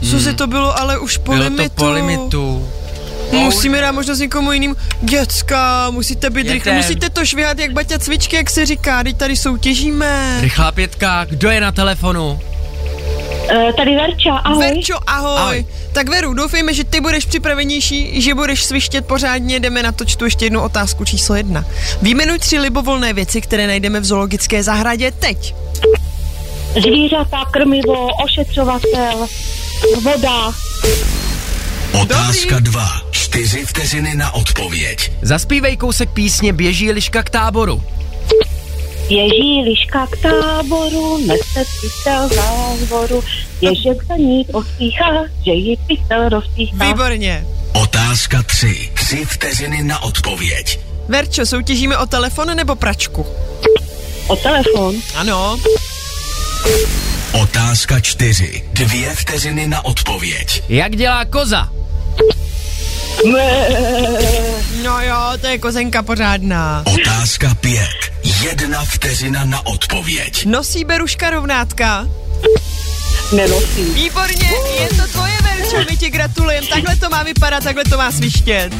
Speaker 3: Zuzi, to bylo ale už po
Speaker 7: Bylo to
Speaker 3: limitu.
Speaker 7: po limitu.
Speaker 3: Musíme dát možnost někomu jiným. Děcka, musíte být rychle,
Speaker 7: Jedem.
Speaker 3: musíte to švihat jak Baťa cvičky, jak se říká, teď tady soutěžíme.
Speaker 7: Rychlá pětka, kdo je na telefonu?
Speaker 11: Eh, Tady Verča, ahoj.
Speaker 3: Verčo, ahoj. ahoj.
Speaker 7: Ahoj.
Speaker 3: Tak Veru, doufejme, že ty budeš připravenější, že budeš svištět pořádně. Jdeme na to, čtu ještě jednu otázku číslo jedna. Výjmenuj tři libovolné věci, které najdeme v zoologické zahradě teď.
Speaker 11: Zvířata, krmivo, ošetřovatel, voda.
Speaker 1: Otázka dva. Čtyři vteřiny na odpověď.
Speaker 7: Zaspívej kousek písně Běží liška k táboru.
Speaker 11: Běží liška k táboru, nese pytel na horu, ježek za ní pospíchá, že ji pytel rozpíchá.
Speaker 3: Výborně.
Speaker 1: Otázka tři. Tři vteřiny na odpověď.
Speaker 3: Verčo, soutěžíme o telefon nebo pračku?
Speaker 11: O telefon.
Speaker 3: Ano.
Speaker 1: Otázka čtyři. Dvě vteřiny na odpověď.
Speaker 7: Jak dělá koza?
Speaker 3: No jo, to je kozenka pořádná.
Speaker 1: Otázka pět. Jedna vteřina na odpověď.
Speaker 3: Nosí beruška rovnátka?
Speaker 11: Nenosí.
Speaker 3: Výborně, je to tvoje Verčo, my ti gratulujeme. Takhle to má vypadat, takhle to má svištět.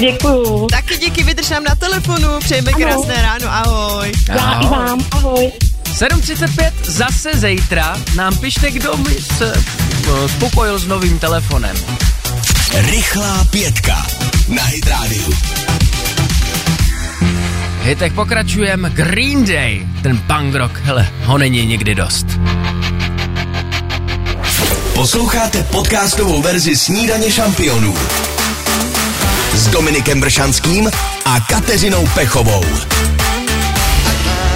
Speaker 11: Děkuju.
Speaker 3: Taky díky, vydrž nám na telefonu, přejeme krásné ráno, ahoj.
Speaker 11: Já i vám. Ahoj.
Speaker 7: 7.35, zase zítra nám pište, kdo mi se eh, spokojil s novým telefonem.
Speaker 1: Rychlá pětka. Na Hit Radio.
Speaker 7: Hitech pokračujem, Green Day, ten punk rock, hele, ho není nikdy dost.
Speaker 1: Posloucháte podcastovou verzi Snídaně šampionů s Dominikem Bršanským a Kateřinou Pechovou.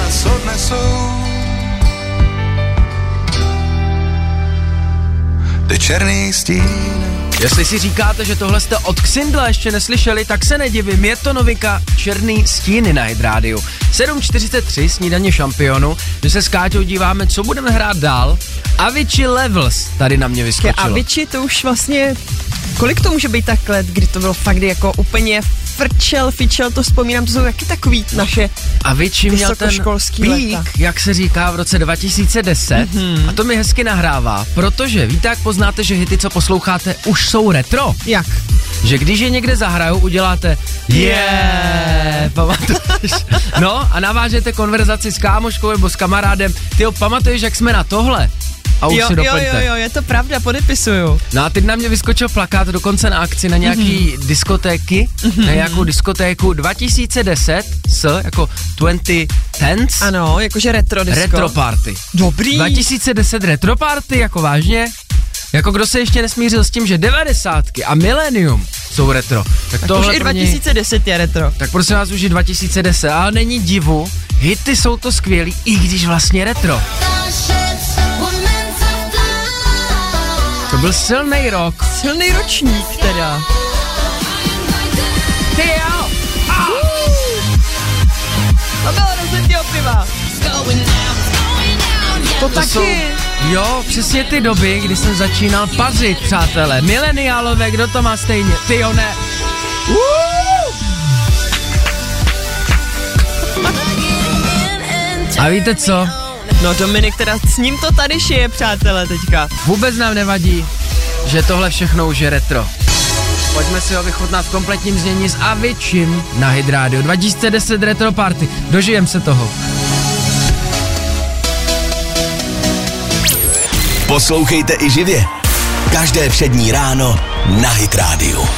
Speaker 10: nás odnesou. Ty černý stín
Speaker 7: Jestli si říkáte, že tohle jste od Xindla ještě neslyšeli, tak se nedivím, je to novinka Černý stíny na Hit Radio. 7.43, snídaně šampionu, my se s Káťou díváme, co budeme hrát dál. Avicii Levels tady na mě
Speaker 3: Ke
Speaker 7: vyskočilo.
Speaker 3: Avicii to už vlastně, kolik to může být tak let, kdy to bylo fakt jako úplně frčel, fičel, to vzpomínám, to jsou taky takový naše,
Speaker 7: Avicii měl ten
Speaker 3: Vysokoškolský
Speaker 7: pík,
Speaker 3: léta.
Speaker 7: jak se říká, v roce 2010
Speaker 3: Mhm.
Speaker 7: mm-hmm. a to mi hezky nahrává, protože víte, jak poznáte, že hity, co posloucháte, už jsou retro.
Speaker 3: jak?
Speaker 7: že když je někde zahraju, uděláte yeah, pamatuješ? No a navážete konverzaci s kámoškou nebo s kamarádem, ty pamatuješ, jak jsme na tohle? A už
Speaker 3: jo,
Speaker 7: si
Speaker 3: jo,
Speaker 7: doplňte.
Speaker 3: jo, jo, je to pravda, podepisuju.
Speaker 7: No a teď na mě vyskočil plakát dokonce na akci na nějaký
Speaker 3: Mhm.
Speaker 7: mm-hmm. diskotéky, mm-hmm. na nějakou diskotéku 2010 s jako 20 tens
Speaker 3: Ano, jakože retro disco.
Speaker 7: retro party.
Speaker 3: Dobrý.
Speaker 7: 2010 retro party, jako vážně? Jako kdo se ještě nesmířil s tím, že devadesátky a milénium jsou retro. Tak,
Speaker 3: tak
Speaker 7: tohle
Speaker 3: už i
Speaker 7: pro něj-
Speaker 3: 2010 je retro.
Speaker 7: tak prosím vás, už je 2010, ale není divu, hity jsou to skvělý, i když vlastně retro. To byl silný rok.
Speaker 3: Silný ročník teda.
Speaker 7: Ty jo!
Speaker 3: To bylo rozhodně opiva. To, taky.
Speaker 7: jsou- Jo, přesně ty doby, kdy jsem začínal pařit, přátelé. Mileniálové, kdo to má stejně? Ty jo, ne. A víte co?
Speaker 3: No Dominik teda s ním to tady šije, přátelé, teďka.
Speaker 7: Vůbec nám nevadí, že tohle všechno už je retro. Pojďme si ho vychutnat v kompletním znění s Avicim na Hit Radio 2010 Retro Party. Dožijem se toho.
Speaker 1: Poslouchejte i živě. Každé přední ráno na Hit Radio.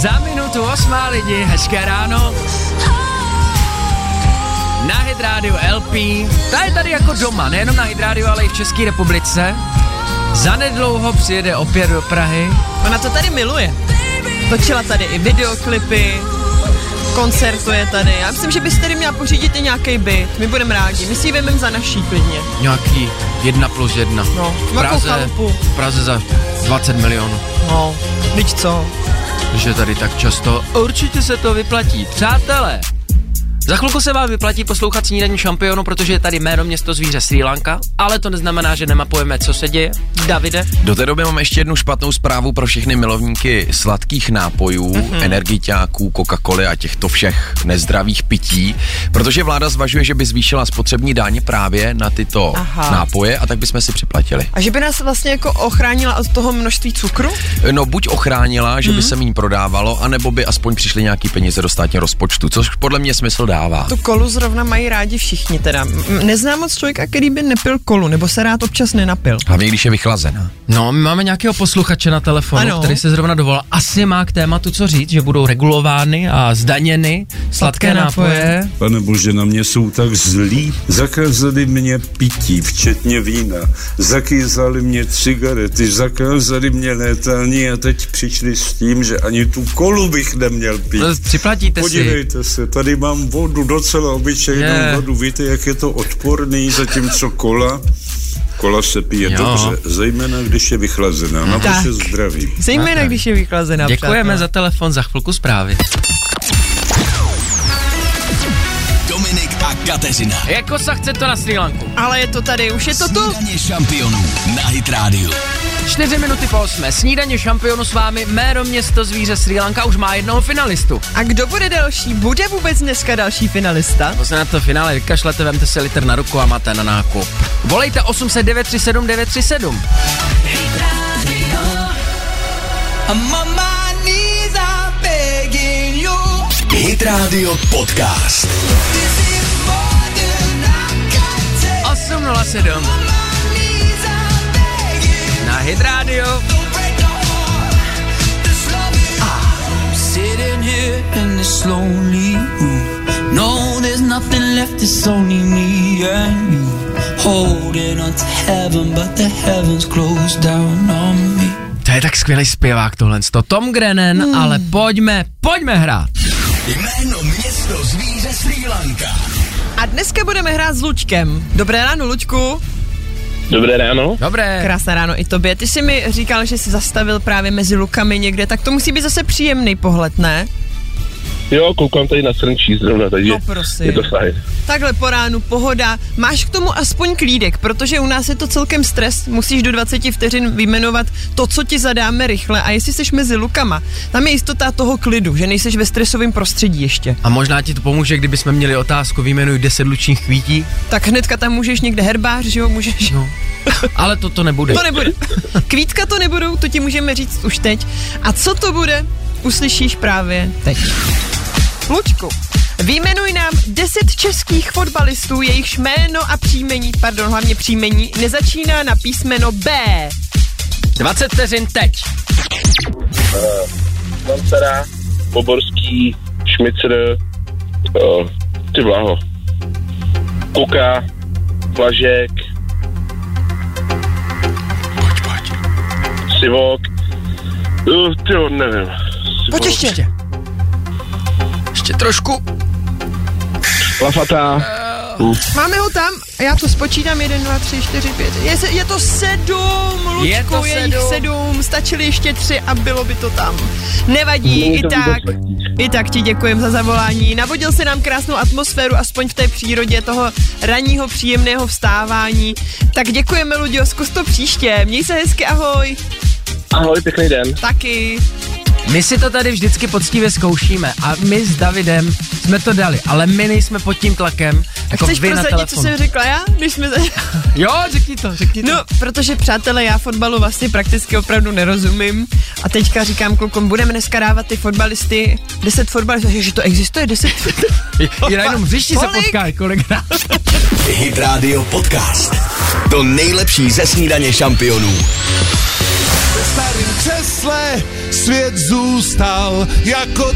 Speaker 7: Za minutu osmá lidi, hezké ráno. Na Hit Radio LP, ta je tady jako doma, nejenom na Hit Radio, ale i v České republice. Zanedlouho přijede opět do Prahy.
Speaker 3: Ona to tady miluje. Točila tady i videoklipy, koncertuje tady. Já myslím, že bys tady měla pořídit i nějaký byt. My budeme rádi. My si ji vememe za naší klidně.
Speaker 7: Nějaký jedna plus jedna.
Speaker 3: No,
Speaker 7: v
Speaker 3: velkou
Speaker 7: Praze,
Speaker 3: chalupu.
Speaker 7: v Praze za 20 milionů.
Speaker 3: No, Víš co?
Speaker 7: že tady tak často. Určitě se to vyplatí. Přátelé, za chvilku se vám vyplatí poslouchat snídaní šampionu, protože je tady jméno město zvíře Sri Lanka, ale to neznamená, že nemapujeme, co se děje. Davide,
Speaker 2: Do té doby mám ještě jednu špatnou zprávu pro všechny milovníky sladkých nápojů, mm-hmm. energiťáků, coca coly a těchto všech nezdravých pití, protože vláda zvažuje, že by zvýšila spotřební daň právě na tyto
Speaker 3: Aha.
Speaker 2: Aha. nápoje a tak bychom si připlatili.
Speaker 3: A že by nás vlastně jako ochránila od toho množství cukru?
Speaker 2: No buď ochránila, že by se méně prodávalo, anebo by aspoň přišly nějaký peníze do státního rozpočtu, což podle mě smysl dává.
Speaker 3: Tu kolu zrovna mají rádi všichni teda. M- Neznám moc člověka, který by nepil kolu, nebo se rád občas nenapil.
Speaker 2: Hlavně když je vychlazená.
Speaker 7: No, my máme nějakého posluchače na telefonu,
Speaker 3: Ano.
Speaker 7: který se zrovna dovolal. Asi má k tématu co říct, že budou regulovány a zdaněny sladké,
Speaker 12: Sladké
Speaker 7: nápoje.
Speaker 12: Pane bože, na mě jsou tak zlí. Zakázali mě pití, včetně vína. Zakázali mě cigarety, zakázali mě létání a teď přišli s tím, že ani tu kolu bych neměl pít.
Speaker 7: No, připlatíte si.
Speaker 12: Podívejte si. se, tady mám vodu, docela obyčejnou
Speaker 7: Je.
Speaker 12: vodu. Víte, jak je to odporný, zatímco kola... Kola se pije
Speaker 7: Jo.
Speaker 12: dobře, zejména když je vychlazená. Na to
Speaker 3: Tak.
Speaker 12: se zdraví.
Speaker 3: Zejména, když je vyklazená.
Speaker 7: Děkujeme za telefon, za chvilku zprávy.
Speaker 1: Dominik a Kateřina.
Speaker 7: Jako se chce to na Sri Lanku.
Speaker 3: Ale je to tady, už je to tu.
Speaker 1: Snídaně šampionů na Hit Radio.
Speaker 7: Čtyři minuty po osmé. Snídaně šampionu s vámi. Jméno město zvíře Sri Lanka už má jednoho finalistu.
Speaker 3: A kdo bude další? Bude vůbec dneska další finalista?
Speaker 7: Nebo se na to finále vykašlete, vemte si litr na ruku a máte na nákup. Volejte 800 937 937.
Speaker 4: I'm on my knees, I'm begging you.
Speaker 1: Hit Radio Podcast.
Speaker 7: 807 na Hit Radio.
Speaker 9: Sitting here in this lonely room. No, there's nothing left, it's only me and you. Holding on to heaven, but the heavens closed down on me.
Speaker 7: To je tak skvělý zpěvák tohle. To Tom Grennan, hmm. ale pojďme, pojďme hrát.
Speaker 1: Jméno město zvíře Sri Lanka.
Speaker 3: A dneska budeme hrát s Luďkem. Dobré ráno, Luďku.
Speaker 13: Dobré ráno.
Speaker 7: Dobré.
Speaker 3: Krásné ráno i tobě. Ty jsi mi říkal, že jsi zastavil právě mezi lukami někde, tak to musí být zase příjemný pohled, ne?
Speaker 13: Jo, koukám tady na srnčí zrovna, takže
Speaker 3: No, prosím.
Speaker 13: je to fajn.
Speaker 3: Takhle po ránu, pohoda. Máš k tomu aspoň klídek, protože u nás je to celkem stres. Musíš do 20 vteřin vyjmenovat to, co ti zadáme rychle. A jestli jsi mezi lukama, tam je jistota toho klidu, že nejseš ve stresovém prostředí ještě.
Speaker 7: A možná ti to pomůže, kdybychom měli otázku výjmenuj 10 lučních kvítí,
Speaker 3: Tak hnedka tam můžeš někde herbář, že jo, můžeš. No.
Speaker 7: ale to to nebude.
Speaker 3: To nebude. Kvítka to nebudou, to ti můžeme říct už teď. A co to bude, uslyšíš právě teď. Lučku, vyjmenuj nám 10 českých fotbalistů, jejichž jméno a příjmení, pardon, hlavně příjmení, nezačíná na písmeno B.
Speaker 7: 20 vteřin teď.
Speaker 13: Mantara, Poborský, Šmicr, uh, ty blaho, Kuka, Flažek, Sivok, uh, ty jo, nevím.
Speaker 3: Pojď ještě.
Speaker 7: Ještě trošku.
Speaker 13: Lafata,
Speaker 3: Máme ho tam, já to spočítám, 1, 2, 3, 4, 5. Je, se- je to sedm, Lučku,
Speaker 7: Je to
Speaker 3: je jich
Speaker 7: sedm.
Speaker 3: sedm, stačily ještě tři a bylo by to tam. Nevadí,
Speaker 13: Není
Speaker 3: i
Speaker 13: to
Speaker 3: tak,
Speaker 13: vůbec
Speaker 3: i tak ti děkujem za zavolání. Navodil se nám krásnou atmosféru, aspoň v té přírodě toho ranního příjemného vstávání. Tak děkujeme, Ludio, zkus to příště. Měj se hezky, ahoj.
Speaker 13: ahoj, pěkný den.
Speaker 3: Taky.
Speaker 7: My si to tady vždycky poctivě zkoušíme a my s Davidem jsme to dali, ale my nejsme pod tím tlakem, jako
Speaker 3: Chceš
Speaker 7: vy na
Speaker 3: prozradit, co
Speaker 7: telefonu.
Speaker 3: jsem řekla já? Když jsme za...
Speaker 7: Jo, řekni to, řekni
Speaker 3: to. No, protože přátelé, já fotbalu vlastně prakticky opravdu nerozumím. A teďka říkám klukům, budeme dneska dávat ty fotbalisty, 10 fotbalistů, že to existuje, 10
Speaker 7: I na jednom hřišti se
Speaker 3: Kolik?
Speaker 7: potkají kolikrát.
Speaker 1: Hit Radio Podcast. To nejlepší ze snídaně šampionů.
Speaker 14: Ve starém křesle svět zůstal jako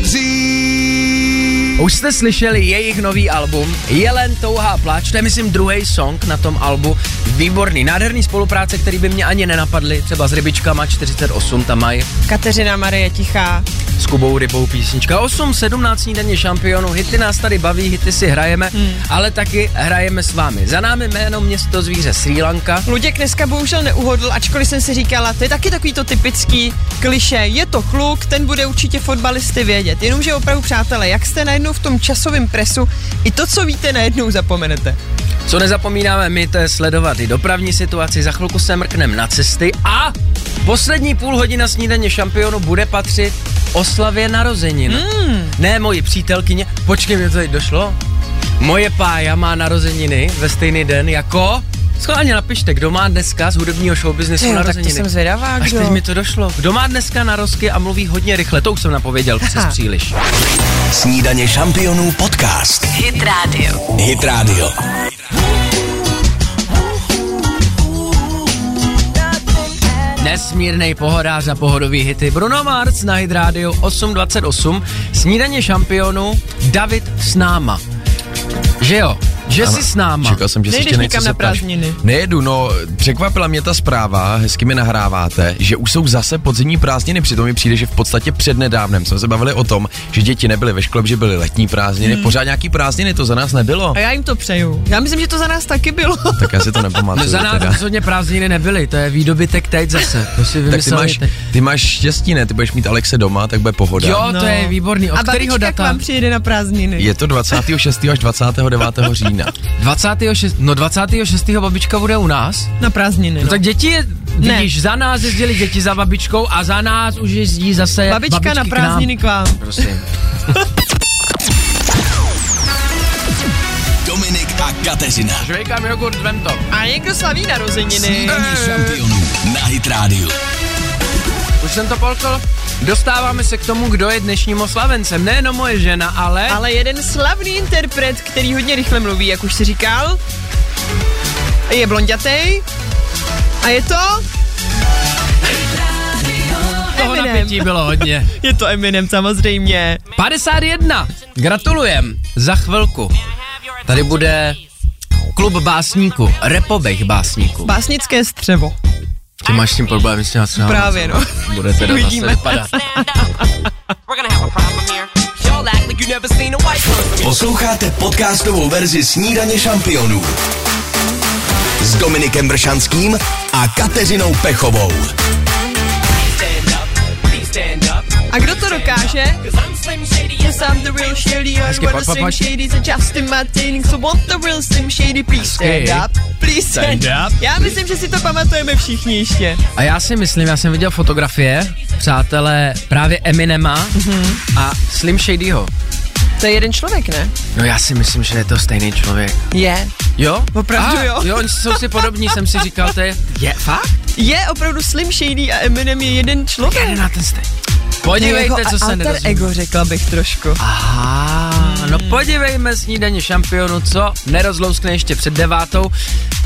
Speaker 14: dřív.
Speaker 7: Už jste slyšeli jejich nový album Jelen touha a pláč, to je myslím druhý song na tom albu, výborný, nádherný spolupráce, který by mě ani nenapadly, třeba s Rybičkama 48 tam mají,
Speaker 3: Kateřina Marie Tichá.
Speaker 7: s Kubou Rybou písnička 8, 17 denně šampionů, hity nás tady baví, hity si hrajeme, hmm. ale taky hrajeme s vámi. Za námi jméno město zvíře Sri Lanka,
Speaker 3: Luděk dneska bohužel neuhodl, ačkoliv jsem si říkala, to je taky takový to typický kliše. Je to kluk, ten bude určitě fotbalisty vědět. Jenomže opravdu, přátelé, jak jste najednou v tom časovém presu, i to, co víte, najednou zapomenete.
Speaker 7: Co nezapomínáme my, to je sledovat i dopravní situaci, za chvilku se mrkneme na cesty a poslední půl hodina snídaně šampionu bude patřit oslavě narozenin.
Speaker 3: Hmm.
Speaker 7: Mm. Ne moji přítelkyně, počkej, mě to teď došlo. Moje pája má narozeniny ve stejný den jako... Schválně napište, kdo má dneska z hudebního showbiznesu
Speaker 3: Jo, tak to
Speaker 7: narozeniny.
Speaker 3: jsem zvědavá,
Speaker 7: Až
Speaker 3: kdo.
Speaker 7: teď mi to došlo. Kdo má dneska narozky a mluví hodně rychle, to už jsem napověděl přes příliš.
Speaker 1: Snídaně šampionů podcast.
Speaker 15: Hit Radio.
Speaker 1: Hit Radio.
Speaker 7: Nesmírný pohodář a pohodový hity Bruno Mars na Hit Radio 828 Snídaně šampionu David s náma Že jo, že
Speaker 2: Ano,
Speaker 7: jsi s náma
Speaker 2: Čekal jsem, že si ještě něco zeptáš. Nejedu, no, překvapila mě ta zpráva, hezky mi nahráváte, že už jsou zase podzimní prázdniny, přitom mi přijde, že v podstatě přednedávnem jsme se bavili o tom, že děti nebyly ve škole, že byly letní prázdniny,
Speaker 3: Hmm.
Speaker 2: hmm. pořád nějaký prázdniny, to za nás nebylo.
Speaker 3: A já jim to přeju. Já myslím, že to za nás taky bylo.
Speaker 2: Tak já si to
Speaker 7: No
Speaker 2: nepamatuju.
Speaker 7: za nás
Speaker 2: teda.
Speaker 7: rozhodně prázdniny nebyly, to je výdobytek teď zase, to si
Speaker 2: Tak ty
Speaker 7: vymyslel
Speaker 2: máš, ty máš štěstí, ne? Ty budeš mít Alexe doma, tak bude pohoda.
Speaker 7: Jo, No, to je výborný, od
Speaker 3: No. A
Speaker 7: kterého
Speaker 3: babička k
Speaker 7: data?
Speaker 3: vám přijede na prázdniny.
Speaker 2: Je to 26. až 29. října.
Speaker 7: 26, no 26. babička bude u nás
Speaker 3: Na prázdniny,
Speaker 7: No,
Speaker 3: no.
Speaker 7: tak děti je,
Speaker 3: Ne.
Speaker 7: vidíš, za nás jezdili děti za babičkou a za nás už jezdí zase
Speaker 3: Babička
Speaker 7: babičky
Speaker 3: na
Speaker 7: k nám.
Speaker 3: prázdniny k vám.
Speaker 7: Prosím.
Speaker 1: Dominik a Kateřina.
Speaker 7: Žvejkám jogurt, vem to.
Speaker 3: A někdo slaví narozeniny.
Speaker 1: Snídaně šampionů na Hit Radio.
Speaker 7: Už jsem to polkol. Dostáváme se k tomu, kdo je dnešním oslavencem. Nejenom moje žena, ale...
Speaker 3: Ale jeden slavný interpret, který hodně rychle mluví, jak už si říkal, je blondětej a je to...
Speaker 7: Toho
Speaker 3: Eminem.
Speaker 7: napětí bylo hodně.
Speaker 3: je to Eminem samozřejmě.
Speaker 7: 51. Gratulujem. Za chvilku. Tady bude klub básníků, repobech básníků.
Speaker 3: Básnické střevo.
Speaker 7: Ty máš s tím problém, jestli nás nás
Speaker 3: Právě, no.
Speaker 7: Bude teda zase vypadat.
Speaker 1: Posloucháte podcastovou verzi Snídaně šampionů s Dominikem Bršanským a Kateřinou Pechovou.
Speaker 3: A kdo to dokáže? Yes, I'm the real shady, I
Speaker 7: Hezky,
Speaker 3: want
Speaker 7: pa-
Speaker 3: the
Speaker 7: pa-
Speaker 3: slim
Speaker 7: pač.
Speaker 3: shady, the Justin Martin, so want the real slim shady, please stand
Speaker 7: Hezky.
Speaker 3: up, please stand
Speaker 7: Stand
Speaker 3: up.
Speaker 7: up.
Speaker 3: Já myslím, že si to pamatujeme všichni ještě.
Speaker 7: A já si myslím, já jsem viděl fotografie, přátelé, právě Eminema
Speaker 3: Mhm.
Speaker 7: a Slim Shadyho.
Speaker 3: To je jeden člověk, ne?
Speaker 7: No já si myslím, že je to stejný člověk.
Speaker 3: Je.
Speaker 7: Jo?
Speaker 3: Opravdu
Speaker 7: a,
Speaker 3: jo.
Speaker 7: Jo, oni jsou si podobní, jsem si říkal, to je... Je, fakt?
Speaker 3: Je opravdu Slim Shady a Eminem je jeden člověk. Jeden
Speaker 7: na ten stejný. Podívejte, co se
Speaker 3: alter
Speaker 7: nedozvíme.
Speaker 3: ego, řekla bych trošku.
Speaker 7: Aha, no podívejme snídaně šampionu, co nerozlouskne ještě před devátou.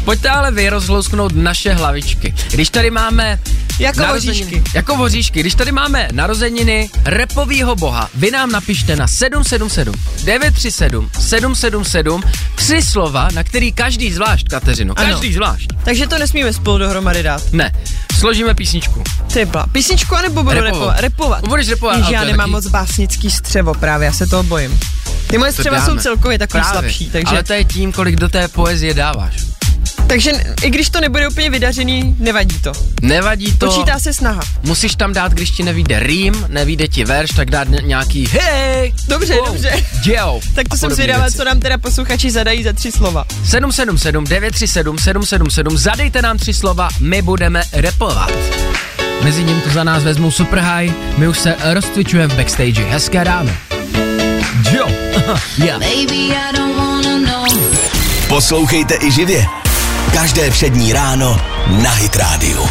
Speaker 7: Pojďte ale vy rozlousknout naše hlavičky. Když tady máme
Speaker 3: Jako
Speaker 7: narozeniny-
Speaker 3: voříšky.
Speaker 7: Jako voříšky. Když tady máme narozeniny repovýho boha, vy nám napište na 777 937 777 tři slova, na který každý zvlášť, Kateřino,
Speaker 3: Ano.
Speaker 7: každý zvlášť.
Speaker 3: Takže to nesmíme spolu dohromady dát.
Speaker 7: Ne, složíme písničku.
Speaker 3: Tybla. Písničku anebo budu
Speaker 7: Repovou.
Speaker 3: repovat? repovat.
Speaker 7: Budeš repovat,
Speaker 3: Ježi,
Speaker 7: ale
Speaker 3: já
Speaker 7: to je
Speaker 3: nemám
Speaker 7: taky-
Speaker 3: moc básnický střevo právě, já se toho bojím. Ty moje
Speaker 7: To
Speaker 3: střeva
Speaker 7: dáme.
Speaker 3: jsou celkově takový
Speaker 7: Právě.
Speaker 3: slabší, takže,
Speaker 7: Ale to je tím, kolik do té poezie dáváš.
Speaker 3: takže i když to nebude úplně vydařený, nevadí to.
Speaker 7: Nevadí to.
Speaker 3: Počítá se snaha.
Speaker 7: Musíš tam dát, když ti nevíde rým, nevíde ti verš, tak dát ně- nějaký hej.
Speaker 3: Dobře,
Speaker 7: wow,
Speaker 3: dobře.
Speaker 7: Děl.
Speaker 3: Tak to jsem zvědavá, co nám teda posluchači zadají za tři slova.
Speaker 7: 777 937 777, zadejte nám tři slova, my budeme repovat. Mezi ním to za nás vezmou Super High, my už se eh, rozcvičujeme v backstage. Hezké ráno. Jo. yeah.
Speaker 4: Baby, I don't wanna know.
Speaker 1: Poslouchejte i živě. Každé přední ráno na Hit Radio.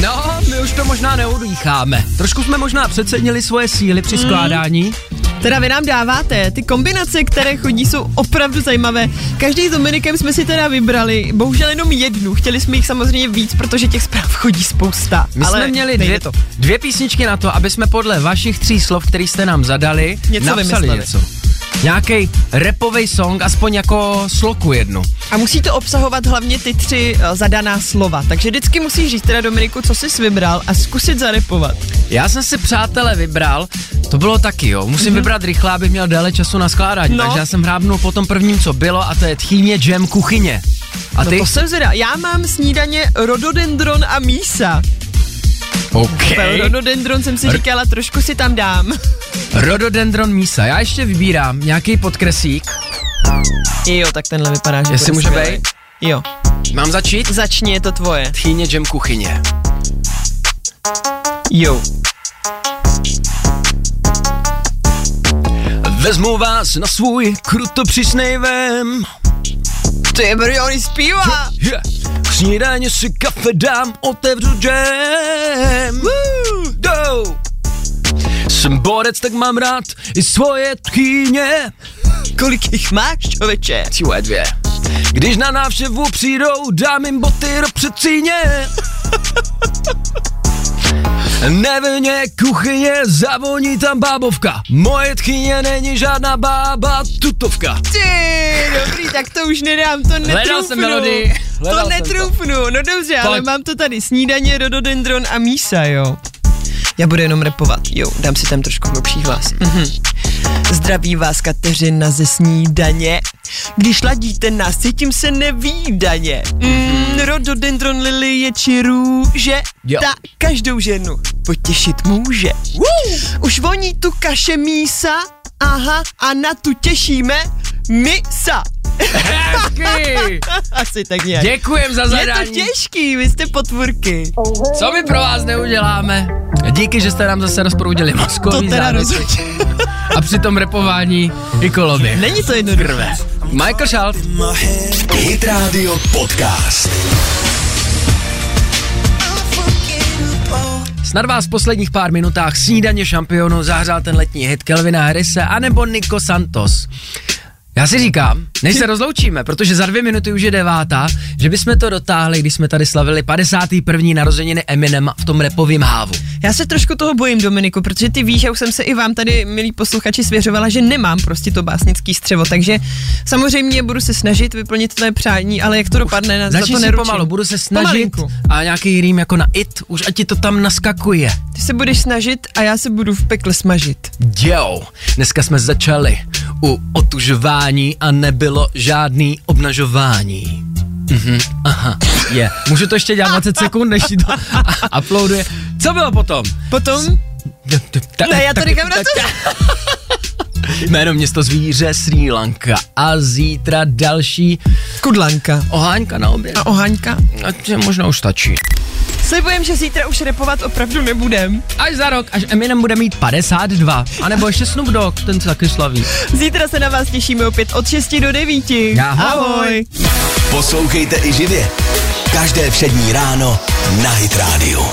Speaker 7: No, my už to možná neodýcháme. Trošku jsme možná přecenili svoje síly při skládání.
Speaker 3: Mm. Teda vy nám dáváte, ty kombinace, které chodí, jsou opravdu zajímavé. Každý s Dominikem jsme si teda vybrali, bohužel jenom jednu. Chtěli jsme jich samozřejmě víc, protože těch zpráv chodí spousta.
Speaker 7: My
Speaker 3: ale
Speaker 7: jsme měli
Speaker 3: nejde
Speaker 7: dvě,
Speaker 3: to.
Speaker 7: dvě písničky na to, aby jsme podle vašich tří slov, který jste nám zadali,
Speaker 3: Něco
Speaker 7: napsali
Speaker 3: vymysleli.
Speaker 7: něco. Nějaký repový song, aspoň jako sloku jednu.
Speaker 3: A musí to obsahovat hlavně ty tři eh, zadaná slova. Takže vždycky musíš říct teda Dominiku, co jsi vybral a zkusit zarepovat.
Speaker 7: Já jsem si přátelé vybral, to bylo taky jo, musím mm-hmm. vybrat rychle, abych měl déle času na skládání,
Speaker 3: Mhm. No.
Speaker 7: no. takže já jsem hrábnul po tom prvním, co bylo a to je tchýně džem kuchyně. A
Speaker 3: No
Speaker 7: ty?
Speaker 3: to jsem zvědavá. Já mám snídaně rododendron a mísa. Okay.
Speaker 7: OK.
Speaker 3: Rododendron jsem si říkala, trošku si tam dám.
Speaker 7: Rododendron mísa. Já ještě vybírám nějaký podkresík.
Speaker 3: Jo, tak tenhle vypadá, že
Speaker 7: Jestli
Speaker 3: bude
Speaker 7: může
Speaker 3: skvělej.
Speaker 7: být?
Speaker 3: Jo.
Speaker 7: Mám začít?
Speaker 3: Začni, je to tvoje.
Speaker 7: Tchýně džem kuchyně.
Speaker 3: Jo.
Speaker 7: Vezmu vás na svůj kruto přisnejvem.
Speaker 3: Ty brony zpívá.
Speaker 7: Yeah. K snídaně si kafe dám, otevřu džem. Go! Jsem borec, tak mám rád i svoje tchýně.
Speaker 3: Kolik jich máš, člověče?
Speaker 7: Cíle dvě. Když na návštěvu přijdou, dám jim boty do předcíně. Nevinně kuchyně zavoní tam bábovka. Moje tchyně není žádná bába tutovka.
Speaker 3: Ty, dobrý, tak to už nedám, to netroufnu.
Speaker 7: Hledal jsem melodii, hledal
Speaker 3: to
Speaker 7: jsem to.
Speaker 3: netroufnu, no dobře, Pojď. ale
Speaker 7: Pojď.
Speaker 3: mám to tady, snídaně, rododendron a mísa, jo. Já budu jenom repovat, jo, dám si tam trošku hlubší hlas. Mhm. Zdraví vás Kateřina ze snídaně. Když ladíte nás, cítím se nevýdaně. Mm, rododendron lilie či růže,
Speaker 7: Mhm. Jo.
Speaker 3: ta každou ženu potěšit může. Woo! Už voní tu kaše mísa, aha, a na tu těšíme misa.
Speaker 7: Hezky!
Speaker 3: Asi tak nějak.
Speaker 7: Děkujem za
Speaker 3: Je to
Speaker 7: zadání.
Speaker 3: těžký, vy jste potvůrky.
Speaker 7: Co my pro vás neuděláme? Díky, že jste nám zase rozproudili
Speaker 3: To
Speaker 7: mozkový
Speaker 3: teda
Speaker 7: závěs
Speaker 3: rozhodně.
Speaker 7: a při tom repování i kolobě.
Speaker 3: Není to jednoduché.
Speaker 7: Krve. Michael Schalt.
Speaker 1: Hit Radio Podcast.
Speaker 7: Snad vás v posledních pár minutách snídaně šampionů zahřál ten letní hit Kelvina Harrise anebo Nico Santos. Já si říkám, než se rozloučíme, protože za dvě minuty už je devátá, že bychom to dotáhli, když jsme tady slavili 51. narozeniny Eminema v tom repovém hávu.
Speaker 3: Já se trošku toho bojím, Dominiku, protože ty víš, já už jsem se i vám tady, milí posluchači, svěřovala, že nemám prostě to básnický střevo, takže samozřejmě budu se snažit vyplnit tvé přání, ale jak to dopadne, na, za
Speaker 7: Začni
Speaker 3: to
Speaker 7: si
Speaker 3: neručím.
Speaker 7: pomalu, budu se snažit
Speaker 3: Pomalinku.
Speaker 7: a nějaký rým jako na it, už ať ti to tam naskakuje.
Speaker 3: Ty se budeš snažit a já se budu v pekle smažit.
Speaker 7: Jo, dneska jsme začali u otužování a nebylo žádný obnažování. Mhm, aha, je. Můžu to ještě dělat 20 sekund, než ti to uploaduje. Co bylo potom?
Speaker 3: Potom?
Speaker 7: Ta-
Speaker 3: Ne, já to
Speaker 7: tak-
Speaker 3: říkám na
Speaker 7: tak-
Speaker 3: co?
Speaker 7: Jméno město zvíře Sri Lanka a zítra další
Speaker 3: Kudlanka.
Speaker 7: oháňka na oběd.
Speaker 3: A oháňka.
Speaker 7: A to je možná už stačí.
Speaker 3: Slibujem, že zítra už repovat opravdu nebudem.
Speaker 7: Až za rok, až Eminem bude mít 52. A nebo ještě Snoop Dogg, ten se taky slaví.
Speaker 3: Zítra se na vás těšíme opět od 6 do 9.
Speaker 7: Ahoj.
Speaker 3: Ahoj.
Speaker 1: Poslouchejte i živě. Každé přední ráno na Hit Radio.